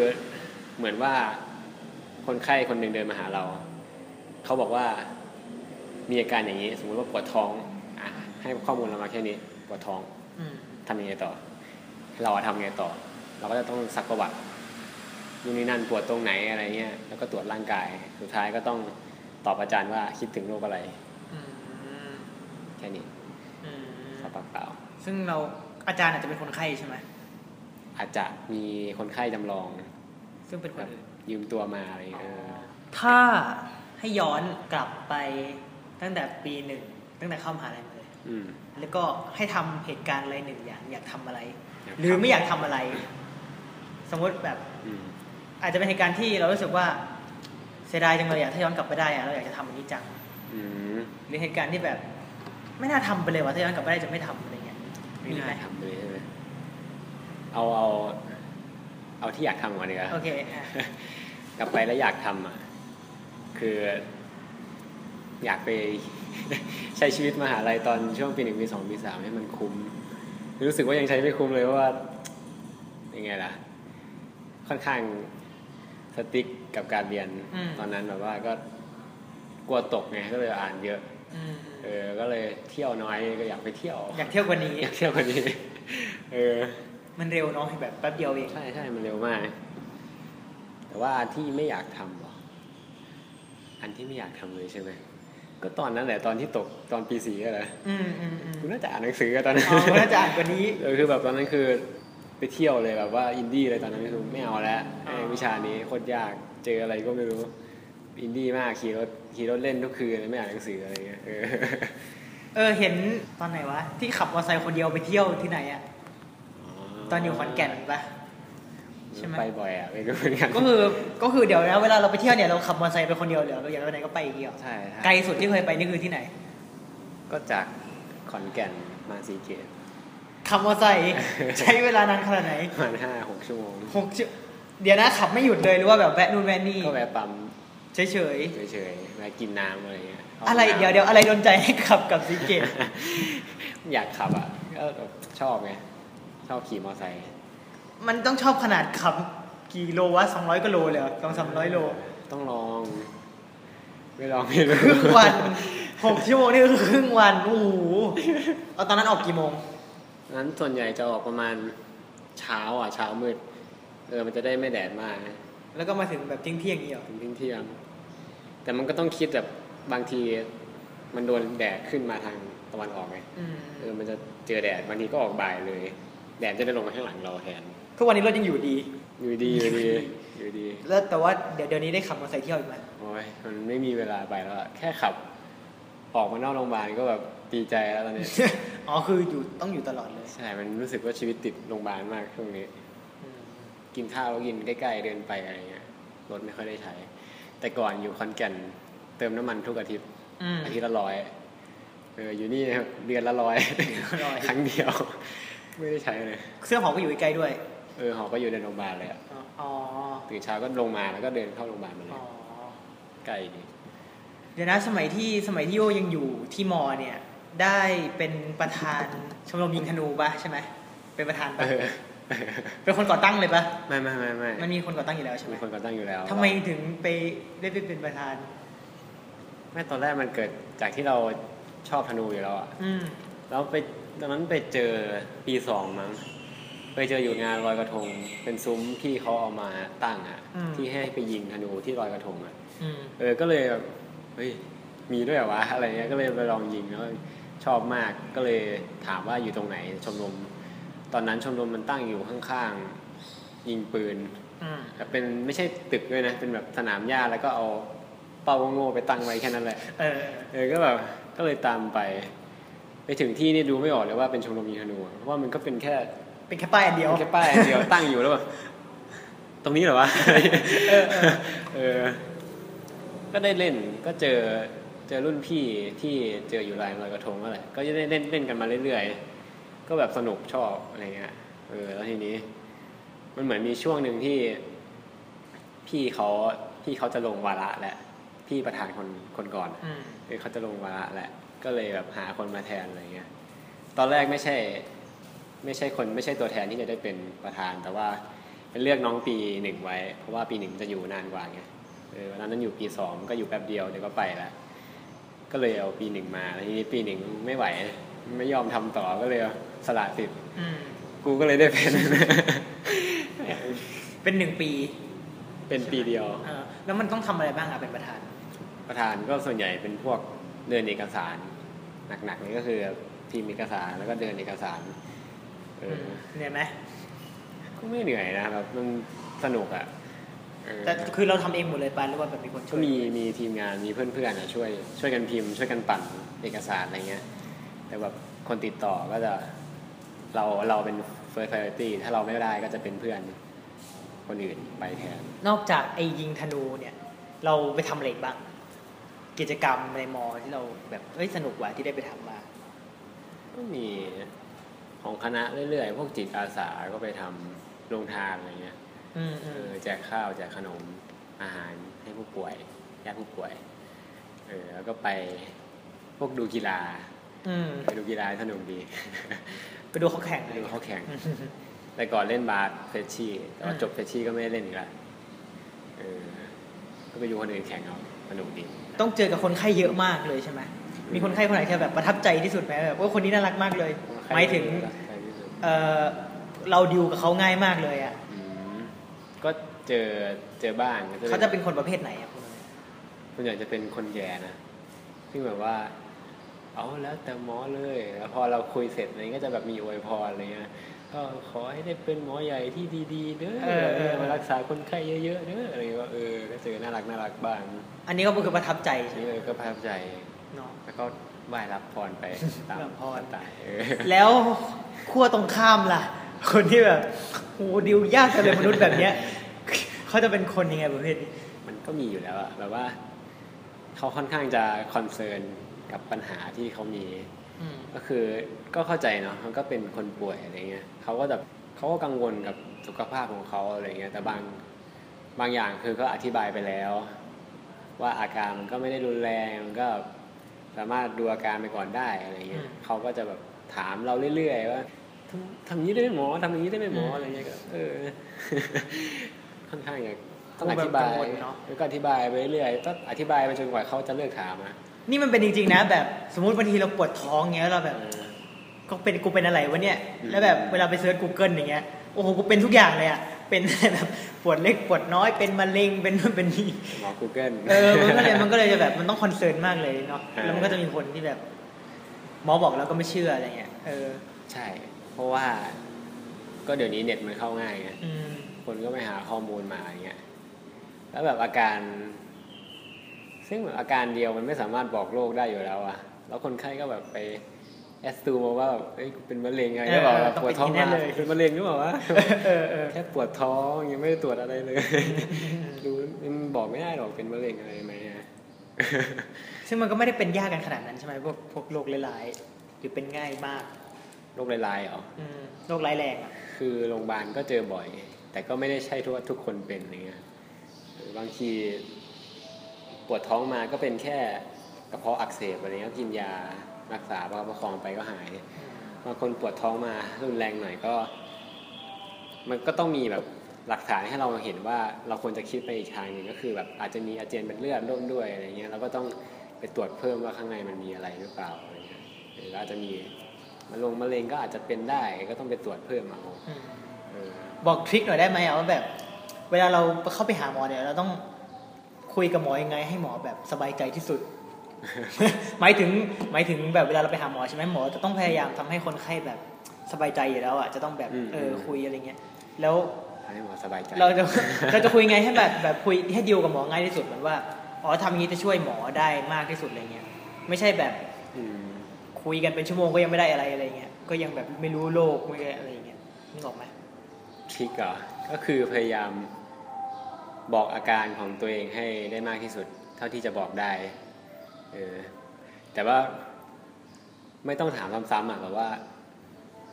S1: เหมือนว่าคนไข้คนหนึ่งเดินมาหาเรา เขาบอกว่ามีอาการอย่างนี้ สมมุติว่าปวดท้องอ่ะให้ข้อมูลเรามาแค่นี้ปวดท้อง
S2: อืม
S1: ทำยังไงต่อ เราอะทำไงต่อ เราก็จะต้องซักประวัตินู่นนี่นั่นปวดตรงไหนอะไรเงี้ยแล้วก็ตรวจร่างกาย สุดท้ายก็ต้องตอบอาจารย์ว่าคิดถึงโรคอะไร
S2: อืม
S1: แค่นี้
S2: อืม
S1: สอบปากเปล่า
S2: ซึ่งเราอาจารย์อาจจะเป็นคนไข้ใช่ไหม
S1: อาจจะมีคนไข้จำลอง
S2: ซึ่งเป็นค
S1: แบ
S2: น
S1: บ
S2: อื่น
S1: ยืมตัวมาอะไรเออ
S2: ถ้าให้ย้อนกลับไปตั้งแต่ปีหนึ่งตั้งแต่เข้ามหาลัยมาเลย
S1: อืม
S2: แล้วก็ให้ทำเหตุการณ์อะไรหนึ่งอย่างอยากทำอะไร
S1: อยากทำ
S2: หรือไม่อยากทำอะไร สมมติแบบ
S1: อืม
S2: อาจจะเป็นเหตุการณ์ที่เรารู้สึกว่าเสียดายจังเลยอะถ้าย้อนกลับไปได้อะเราอยากจะทำอันนี้จัง
S1: อืม
S2: หรือเหตุการณ์ที่แบบ ไม่น่าทำไปเลยว่ะถ้าย้อนกลับไปได้จะไม่ทำอะไรเงี้ย
S1: ไม่
S2: มี
S1: น่า
S2: ไหม
S1: ทำเลยใช่ไหมเอาเอา เอาที่อยากทำก่อนดีกว่า
S2: โอเคอ่ะ
S1: กลับไปแล้วอยากทำอ่ะ คือ อยากไป *laughs* ใช้ชีวิตมหาลัยตอนช่วงปีหนึ่งปีสองปีสามให้มันคุ้ม รู้สึกว่ายังใช้ไม่คุ้มเลยเพราะว่า ยังไงล่ะ ค่อนข้างสติ๊กกับการเรียน
S2: อืม
S1: ตอนนั้นแบบว่าก็กลัวตกไงก็เลยอ่านเยอะ
S2: อืม
S1: เออ ก็เลยเที่ยวน้อยก็อยากไปเที่ยว
S2: อยากเที่ยวกว่านี้
S1: อยากเที่ยวกว่านี้ เออ
S2: มันเร็วเนาะแบบแป๊บเดียวเอง
S1: ใช่ใช่มันเร็วมาก แต่ว่าที่ไม่อยากทำเหรอ อันที่ไม่อยากทำเลยใช่ไหม ก็ตอนนั้นแหละตอนที่ตกตอนปีสี่ก็แหละ
S2: อืมอืมอืม
S1: กูน่าจะอ่านหนังสืออะตอนนั้น
S2: เอาน่าจะอ่านกว่านี้
S1: *laughs* เออคือแบบตอนนั้นคือไปเที่ยวเลยแบบว่าอินดี้เลยตอนนั้นคือไม่เอาแล้วไอ้วิชานี้โคตรยากเจออะไรก็ไม่รู้ อินดี้มากขี่รถขี่รถเล่นทุกคืนไม่อ่านหนังสืออะไรเงี้ยเออ
S2: เออเห็นตอนไหนวะที่ขับมอเตอร์ไซค์คนเดียวไปเที่ยวที่ไหนอะตอนอยู่ขอนแก่นปะ ใช่ไหม
S1: ไปบ่อยอ่ะไปดูเหมือนกัน
S2: ก็คือก็คือเดี๋ยวนะเวลาเราไปเที่ยวเนี่ยเราขับมอเตอร์ไซค์ไปคนเดียวเดี๋ยวเราอยากไปไหนก็ไปอย่างเดียว
S1: ใช่ใช่
S2: ไกลสุดที่เคยไปนี่คือที่ไหน
S1: ก็จากขอนแก่นมาสีเกต
S2: ขับมอเตอร์ไซ *laughs* ค์ ใช้เวลานานขนาดไหน
S1: ประมาณห้าหกชั่วโมง
S2: หกชั่วเดี๋ยวนะขับไม่หยุดเลยหรือว่าแบบแวะนู่นแวะนี่
S1: ก็แวะปั๊ม
S2: เฉย
S1: เฉยๆแวะกินน้ำอะไรเงี้ย
S2: ๆอะไรเดี๋ยวเดี๋ยวอะไรโดนใจให้ขับกับซีเกต
S1: อยากขับอ่ะก็แบบชอบไง ชอบขี่มอเตอร์ไซค์
S2: มันต้องชอบขนาดขับกี่โลวะสองร้อยกิโลเลยสองสามร้อยโล
S1: ต้องลอง ไม่ลองไม่รู้
S2: ครึ่งวันหกชั่วโมงนี่คือครึ่งวันโอ้โหเอาตอนนั้นออกกี่โมง
S1: *laughs* นั้นส่วนใหญ่จะออกประมาณเช้าอ่ะเช้ามืด เออมันจะได้ไม่แดดมากนะ
S2: แล้วก็มาถึงแบบเที่ยงเที่ยงนี้เหรอ
S1: ถึงเที่ยงเที่ยงแต่มันก็ต้องคิดแบบบางทีมันโดนแดดขึ้นมาทางตะวันออกไง
S2: อืม
S1: เออมันจะเจอแดดบางทีก็ออกบ่ายเลย แดดจะได้ลงมาข้างหลังเราแทน
S2: ทุกวันนี้รถยังอยู่ดี
S1: อยู่ดี *laughs* อยู่ดีอยู่ดี
S2: แล้วแต่ว่าเดี๋ยวเดี๋ยวนี้ได้ขับมอเตอร์ไซค์เที่ยวอีกไหม
S1: โอ้ยมันไม่มีเวลาไปแล้วอะแค่ขับ ออกมานอกโรงพยาบาลก็แบบดีใจแล้วตอนนี้
S2: อ๋อคืออยู่ต้องอยู่ตลอดเลย
S1: ใช่ มันรู้สึกว่าชีวิตติดโรงพยาบาลมากช่วงนี้
S2: อืม
S1: กินข้าวก็กินใกล้ๆเดินไปอะไรเงี้ย รถไม่ค่อยได้ใช้ แต่ก่อนอยู่คอนแก่นเติมน้ำมันทุกอาทิตย์
S2: อืม
S1: อาทิตย์ละร้อย เอออยู่นี่นะครับเดือนละร้อย *laughs*
S2: ละร้อย
S1: ครั้งเดียว ไม่ได้ใช้เลย
S2: เสื้อหอมก็อยู่ใกล้ๆด้วย
S1: เออหอก็อยู่ในโรงพยาบาลเลยอะ
S2: อ๋อ
S1: ตื่นเช้าก็ลงมาแล้วก็เดินเข้าโรงพยาบาลมาเล
S2: อ๋
S1: ย
S2: อ
S1: ใกล้ดี
S2: เดี๋ยวนะสมัยที่สมัยที่โยยังอยู่ที่มอเนี่ย ได้เป็นประธานชมรมยิงธนูปะใช่ไหมเป็นประธาน
S1: เอ
S2: ปะ
S1: อ
S2: เป็นคนก่อตั้งเลยปะ
S1: *laughs* ไม่ไม่ไม่ไม่
S2: มันมีคนก่อตั้งอยู่แล้วใช่ไหม
S1: มีคนก่อตั้งอยู่แล้ว
S2: ทำไมถึงไปได้ไปเป็นประธาน
S1: ไม่ตอนแรกมันเกิดจากที่เราชอบธนูอยู่แล้วอะ
S2: อืม
S1: แล้วไปตอนนั้นไปเจอปีสองมั้ง ไปเจออยู่งานลอยกระทง เป็นซุ้มที่เขาเอามาตั้งอะ
S2: อืม
S1: ที่ให้ไปยิงธนูที่ลอยกระทงอะ
S2: อืม
S1: เออ ก็เลยแบบเฮ้ย มีด้วยเหรอวะ อะไรเงี้ย ก็เลยไปลองยิงแล้วชอบมาก ก็เลยถามว่าอยู่ตรงไหนชมรม ตอนนั้นชมรมมันตั้งอยู่ข้างๆ ยิงปืน
S2: อืม
S1: แต่เป็นไม่ใช่ตึกด้วยนะ เป็นแบบสนามหญ้าแล้วก็เอาเป้าโง่ๆไปตั้งไว้แค่นั้นแหละ
S2: เออ
S1: เออ ก็แบบ ก็เลยตามไป ไปถึงที่นี่ดูไม่ออกเลยว่าเป็นชมรมยิงธนูอะเพราะว่ามันก็เป็นแค่
S2: เป็นแค่ป้ายอันเดียว
S1: แค่ป้ายอัน
S2: *laughs*
S1: เดียว ตั้งอยู่แล้วแบบตรงนี้เหรอวะ
S2: เออเออ
S1: เออ ก็ได้เล่น ก็เจอ เจอรุ่นพี่ที่เจออยู่รายลอยกระทงนั่นแหละ ก็จะได้เล่นเล่นกันมาเรื่อยๆ ก็แบบสนุกชอบอะไรเงี้ย เออ แล้วทีนี้ มันเหมือนมีช่วงหนึ่งที่ พี่เขาพี่เขาจะลงวาระแหละ พี่ประธานคนคนก่อน
S2: อืม
S1: เออเขาจะลงวาระแหละ ก็เลยแบบหาคนมาแทนอะไรเงี้ย ตอนแรกไม่ใช่ ไม่ใช่คนไม่ใช่ตัวแทนที่จะได้เป็นประธาน แต่ว่าเป็นเลือกน้องปีหนึ่งไว้ เพราะว่าปีหนึ่งจะอยู่นานกว่าไง เออวันนั้นนั้นอยู่ปีสองก็อยู่แป๊บเดียวเดี๋ยวก็ไปละ ก็เลยเอาปีหนึ่งมาแล้วทีนี้ปีหนึ่งไม่ไหว ไม่ยอมทำต่อ ก็เลยสละสิทธิ์
S2: อืม
S1: กูก็เลยได้เป็น *laughs*
S2: เป็นหนึ่งปี
S1: เป็นปีเดียว
S2: เออแล้วมันต้องทำอะไรบ้างอะเป็นประธาน
S1: ประธานก็ส่วนใหญ่เป็นพวกเดินเอกสาร หนักๆนี่ก็คือพิมพ์เอกสารแล้วก็เดินเอกสารเออ
S2: เหนื่อยไหม
S1: ก็ไม่เหนื่อยนะแบบมันสนุกอะ่ะเออ
S2: แต่คือเราทำเองหมดเลยปานหรือว่าแบบมีคนช่
S1: ก็
S2: วย
S1: มีมีทีมงานมีเพื่อนๆอะช่วย ช่วยกันพิมพ์ ช่วยกันปั่นเอกสารอะไรเงี้ย แต่แบบคนติดต่อก็จะเราเราเป็น first priority ถ้าเราไม่ได้ก็จะเป็นเพื่อนคนอื่นไปแทน
S2: นอกจากไอ้ยิงธนูเนี่ย เราไปทำอะไรอีกบ้าง กิจกรรมในมอที่เราแบบเอ้ยสนุกว่ะที่ได้ไปทำมา
S1: ก็มีของคณะเรื่อยๆ พวกจิตอาสาก็ไปทำโรงทานอะไรเงี้ย
S2: อืม
S1: เออแจกข้าวแจกขนมอาหารให้ผู้ป่วยญาติผู้ป่วย เออแล้วก็ไปพวกดูกีฬา
S2: อืม
S1: ไปดูกีฬาสนุกดี
S2: ไปดูเขาแข่ง
S1: ไป
S2: เล
S1: ดู
S2: ย
S1: เขาแข่ง แต่ก่อนเล่นบาสเฟรชชี่แต่ว่า
S2: อืม
S1: จบเฟรชชี่ก็ไม่ได้เล่นอีกแล้วเออก็ไปดูคนอื่นแข่งเอาสนุกดี
S2: ต้องเจอกับคนไข้เยอะมากเลยใช่ไหมมีคนไข้คนไหนที่แบบประทับใจที่สุดไหมแบบว่าคนนี้น่ารักมากเลยหมายถึง
S1: ใครที่สุด
S2: เออเราดิวกับเขาง่ายมากเลยอ่ะ
S1: อืมก็เจอเจอบ้างก็
S2: เขาจะเป็นคนประเภทไหนอ่ะคุณ
S1: ส่วนใหญ่จะเป็นคนแย่นะซึ่งแบบว่า เอาแล้วแต่หมอเลยแล้วพอเราคุยเสร็จอะไรเงี้ยก็จะแบบมีอวยพรอะไรเงี้ยก็ขอให้ได้เป็นหมอใหญ่ที่ดีๆเด้อเออมารักษาคนไข้เยอะๆเด้ออะไรเงี้ยก็เออก็เจอน่ารักน่ารักบ้าง
S2: อันนี้ก็คือประทับใจใช่
S1: นี่
S2: ไหม
S1: เออก็ประทับใจ
S2: เนาะ
S1: แล้วก็ไหว้รับพรไปตาม *laughs*
S2: รับพร
S1: สไตายเออ
S2: แล้วขั้วตรงข้ามล่ะ คนที่แบบโหดิวยากจังเลยมนุษย์แบบเนี้ยเขาจะเป็นคนยังไงประเภทนี้
S1: มันก็มีอยู่แล้วอะแบบว่าเขาค่อนข้างจะคอนเซิร์นกับปัญหาที่เขามี
S2: อืม
S1: ก็คือก็เข้าใจเนาะมันก็เป็นคนป่วยอะไรเงี้ยเขาก็แบบเขาก็กังวลกับสุขภาพของเขาอะไรเงี้ยแต่บางบางอย่างคือก็อธิบายไปแล้ว ว่าอาการมันก็ไม่ได้รุนแรงมันก็สามารถดูอาการไปก่อนได้อะไรเงี้ยเขาก็จะแบบถามเราเรื่อยๆว่าทำทำอย่างนี้ได้ไหมหมอทำอย่างนี้ได้ไหมหมออะไรเงี้ยก็เออ *laughs* ค่อนข้างจะต้องอธิบายแล้วก็อธิบายไปเรื่อยต้องอธิบายไปจนกว่าเขาจะเลิกถามอะ
S2: นี่มันเป็นจริงๆนะ แบบสมมติบางทีเราปวดท้องเงี้ยเราแบบ
S1: เออ
S2: ก็เป็นกูเป็นอะไรวะเนี่ย
S1: อืม
S2: แล้วแบบเวลาไปเซิร์ช Google อย่างเงี้ย โอ้โห กูเป็นทุกอย่างเลยอะเป็น แบบปวดเล็กปวดน้อย เป็นมะเร็ง เป็นนู่นเป็นนี่
S1: หมอ Google
S2: เออ มันก็เลย มันก็เลยจะแบบ มันต้องคอนเซิร์นมากเลยเนาะ แล้วมันก็จะมีคนที่แบบ หมอบอกแล้วก็ไม่เชื่ออะไรเงี้ย เออ
S1: ใช่ เพราะว่าก็เดี๋ยวนี้เน็ตมันเข้าง่ายไง
S2: อืม
S1: คนก็ไปหาข้อมูลมาอย่างเงี้ย แล้วแบบอาการ ซึ่งแบบอาการเดียวมันไม่สามารถบอกโรคได้อยู่แล้วอะแล้วคนไข้ก็แบบไปแอสตูมาว่าแบบเอ้ยกูเป็นมะเร็งไง
S2: เออ
S1: ก็บอก
S2: เออ
S1: แบบ
S2: ต้อง
S1: ปวดท้อง
S2: เป็น
S1: มา
S2: แน่เลย
S1: เป็นมะเร็งหรือเปล่าวะ
S2: *laughs* เออเออ
S1: แค่ปวดท้องยังไม่ได้ตรวจอะไรเลย ดูมันบอกไม่ได้หรอกเป็นมะเร็งอะไรไหมอะ *laughs*
S2: ซึ่งมันก็ไม่ได้เป็นยากกันขนาดนั้นใช่ไหมพวก พวกโรคหลายๆหรือเป็นง่ายมาก
S1: โรคลายๆเหรอ
S2: อืม โรคร้ายแรงอะ
S1: คือโรงพยาบาลก็เจอบ่อย แต่ก็ไม่ได้ใช่ทุกทุกคนเป็นอย่างเงี้ยหรือบางทีปวดท้องมาก็เป็นแค่กระเพาะอักเสบอะไรเงี้ยก็กินยารักษาประคับประคองไปก็หายบางคนปวดท้องมารุนแรงหน่อยก็ มันก็ต้องมีแบบหลักฐานให้เราเห็นว่าเราควรจะคิดไปอีกทางหนึ่งก็คือ แบบอาจจะมีอาเจียนเป็นเลือดร่วมด้วยอะไรเงี้ยเราก็ต้องไปตรวจเพิ่มว่าข้างในมันมีอะไรหรือเปล่าอะไรเงี้ยหรืออาจจะมีมะลงมะเร็งก็อาจจะเป็นได้ก็ต้องไปตรวจเพิ่มเอา
S2: อืม
S1: เออ
S2: บอกทริคหน่อยได้ไหมอะว่าแบบ เวลาเราเข้าไปหาหมอเนี่ยเราต้องคุยกับหมอยังไง ให้หมอแบบสบายใจที่สุด *laughs* หมายถึงหมายถึงแบบเวลาเราไปหาหมอใช่ไหมหมอจะต้องพยายามทำให้คนไข้แบบสบายใจอยู่แล้วอ่ะจะต้องแบบเออคุยอะไรเงี้ยแล้ว
S1: ให้หมอสบายใจ
S2: เราจะ *laughs* เราจะคุยไงให้แบบแบบคุยให้ดีลกับหมอง่ายที่สุดเหมือนว่าอ๋อทำอย่างนี้จะช่วยหมอได้มากที่สุดอะไรเงี้ยไม่ใช่แบบ
S1: อืม
S2: คุยกันเป็นชั่วโมงก็ยังไม่ได้อะไรอะไรเงี้ยก็ยังแบบไม่รู้โลกไม่ได้อะไรเงี้ยนึกออกไหม
S1: ทริกเหรอก็คือพยายามบอกอาการของตัวเองให้ได้มากที่สุด เท่าที่จะบอกได้เออแต่ว่าไม่ต้องถามซ้ำๆอ่ะแบบว่า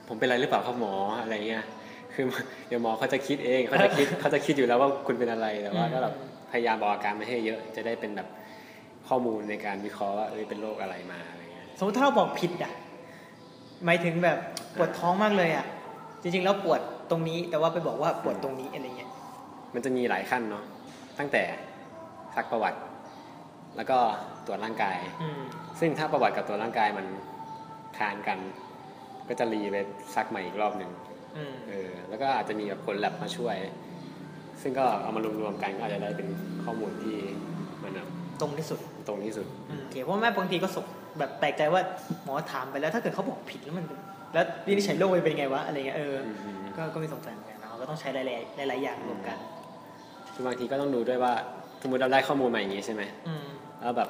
S1: ผมเป็นอะไรหรือเปล่าครับหมออะไรเงี้ย *laughs* คือเดี๋ยวหมอเขาจะคิดเองเขาจะคิด เขาจะคิดอยู่แล้วว่าคุณเป็นอะไรแต่ว่าก็แบบพยายามบอกอาการมาให้เยอะ จะได้เป็นแบบข้อมูลในการวิเคราะห์ว่าเอ้ยเป็นโรคอะไรมาอะไรเงี้ย
S2: สมมติถ้าเราบอกผิดอ่ะ หมายถึงแบบปวดท้องมากเลยอ่ะ จริงๆ แล้วปวดตรงนี้แต่ว่าไปบอกว่าปวดตรงนี้อะไรเงี้ย
S1: มันจะมีหลายขั้นเนาะตั้งแต่ซักประวัติ แล้วก็ตรวจร่างกาย
S2: อืม
S1: ซึ่งถ้าประวัติกับตัวร่างกายมันคานกัน ก็จะรีไปซักใหม่อีกรอบหนึ่ง
S2: อืม
S1: เออแล้วก็อาจจะมีแบบผลแลบมาช่วย ซึ่งก็เอามารวมๆกันก็อาจจะได้เป็นข้อมูลที่มันแบบ
S2: ตรงที่สุด
S1: ตรงที่สุด
S2: อืมโอเคเพราะว่าแม่บางทีก็สงแบบแปลกใจว่าหมอถามไปแล้วถ้าเกิดเขาบอกผิดแล้วมัน แล้ววินิจฉัยโรคมันเป็นยังไงวะอะไรเงี้ยเออ
S1: อืม
S2: ก็ก็มีสงสัยเหมือนกันเนาะก็ต้องใช้หลายๆหลาย ๆ อย่างรวมกัน
S1: คือบางทีก็ต้องดูด้วยว่าสมมติเราได้ข้อมูลมาอย่างนี้ใช่ไหม
S2: อืม
S1: แล้วแบบ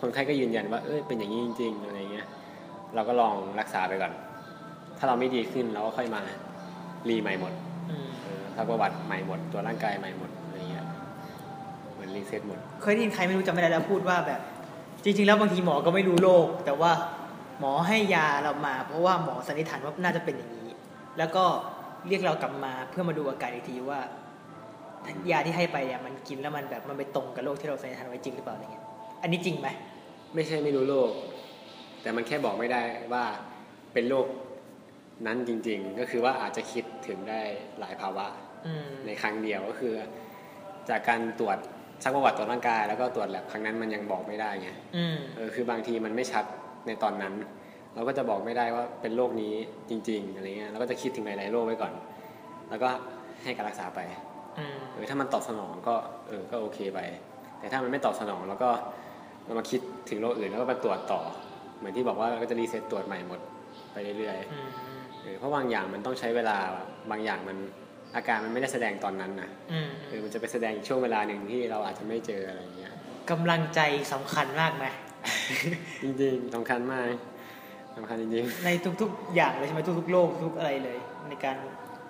S1: คนไข้ก็ยืนยันว่าเอ้ยเป็นอย่างนี้จริง ๆ อะไรเงี้ยเราก็ลองรักษาไปก่อน ถ้าเราไม่ดีขึ้นเราก็ค่อยมารีใหม่หมด
S2: อืม
S1: เออซักประวัติใหม่หมด ตัวร่างกายใหม่หมดอะไรเงี้ยเหมือนรีเซ็ตหมด
S2: เคยได้ยินใครไม่รู้จำไม่ได้แล้วพูดว่าแบบ จริง ๆ แล้วบางทีหมอก็ไม่รู้โรคแต่ว่าหมอให้ยาเรามา เพราะว่าหมอสันนิษฐานว่าน่าจะเป็นอย่างนี้ แล้วก็เรียกเรากลับมาเพื่อมาดูอาการอีกทีว่า ยาที่ให้ไปเนี่ยมันกินแล้วมันแบบมันไปตรงกับโรคที่เราสันนิษฐานไว้จริงหรือเปล่าอะไรเงี้ย อันนี้จริงไหม
S1: ไม่ใช่ไม่รู้โรคแต่มันแค่บอกไม่ได้ว่าเป็นโรคนั้นจริง ๆ ก็คือว่าอาจจะคิดถึงได้หลายภาวะ
S2: อืม
S1: ในครั้งเดียวก็คือ จากการตรวจชักประวัติตรวจร่างกาย แล้วก็ตรวจแลบครั้งนั้นมันยังบอกไม่ได้ไง
S2: อืม
S1: เออคือบางทีมันไม่ชัดในตอนนั้น เราก็จะบอกไม่ได้ว่าเป็นโรคนี้จริงๆอะไรเงี้ยเราก็จะคิดถึงหลายๆโรคไว้ก่อน แล้วก็ให้การรักษาไป
S2: อืม
S1: เออถ้ามันตอบสนองก็เออก็โอเคไป แต่ถ้ามันไม่ตอบสนองเราก็เรามาคิดถึงโรคอื่นแล้วก็ไปตรวจต่อ เหมือนที่บอกว่าเราก็จะรีเซ็ตตรวจใหม่หมดไปเรื่อยๆ
S2: อืม
S1: เออเพราะบางอย่างมันต้องใช้เวลาบางอย่างมันอาการมันไม่ได้แสดงตอนนั้นนะ
S2: อืม
S1: เออมันจะไปแสดงอีกช่วงเวลาหนึ่งที่เราอาจจะไม่เจออะไรอย่างเงี้ย
S2: กำลังใจสำคัญมากไหม
S1: จริงๆสำคัญมากสำคัญจริง
S2: ในทุกๆ อย่างเลยใช่ไหมทุกๆโลกทุกอะไรเลย ในการ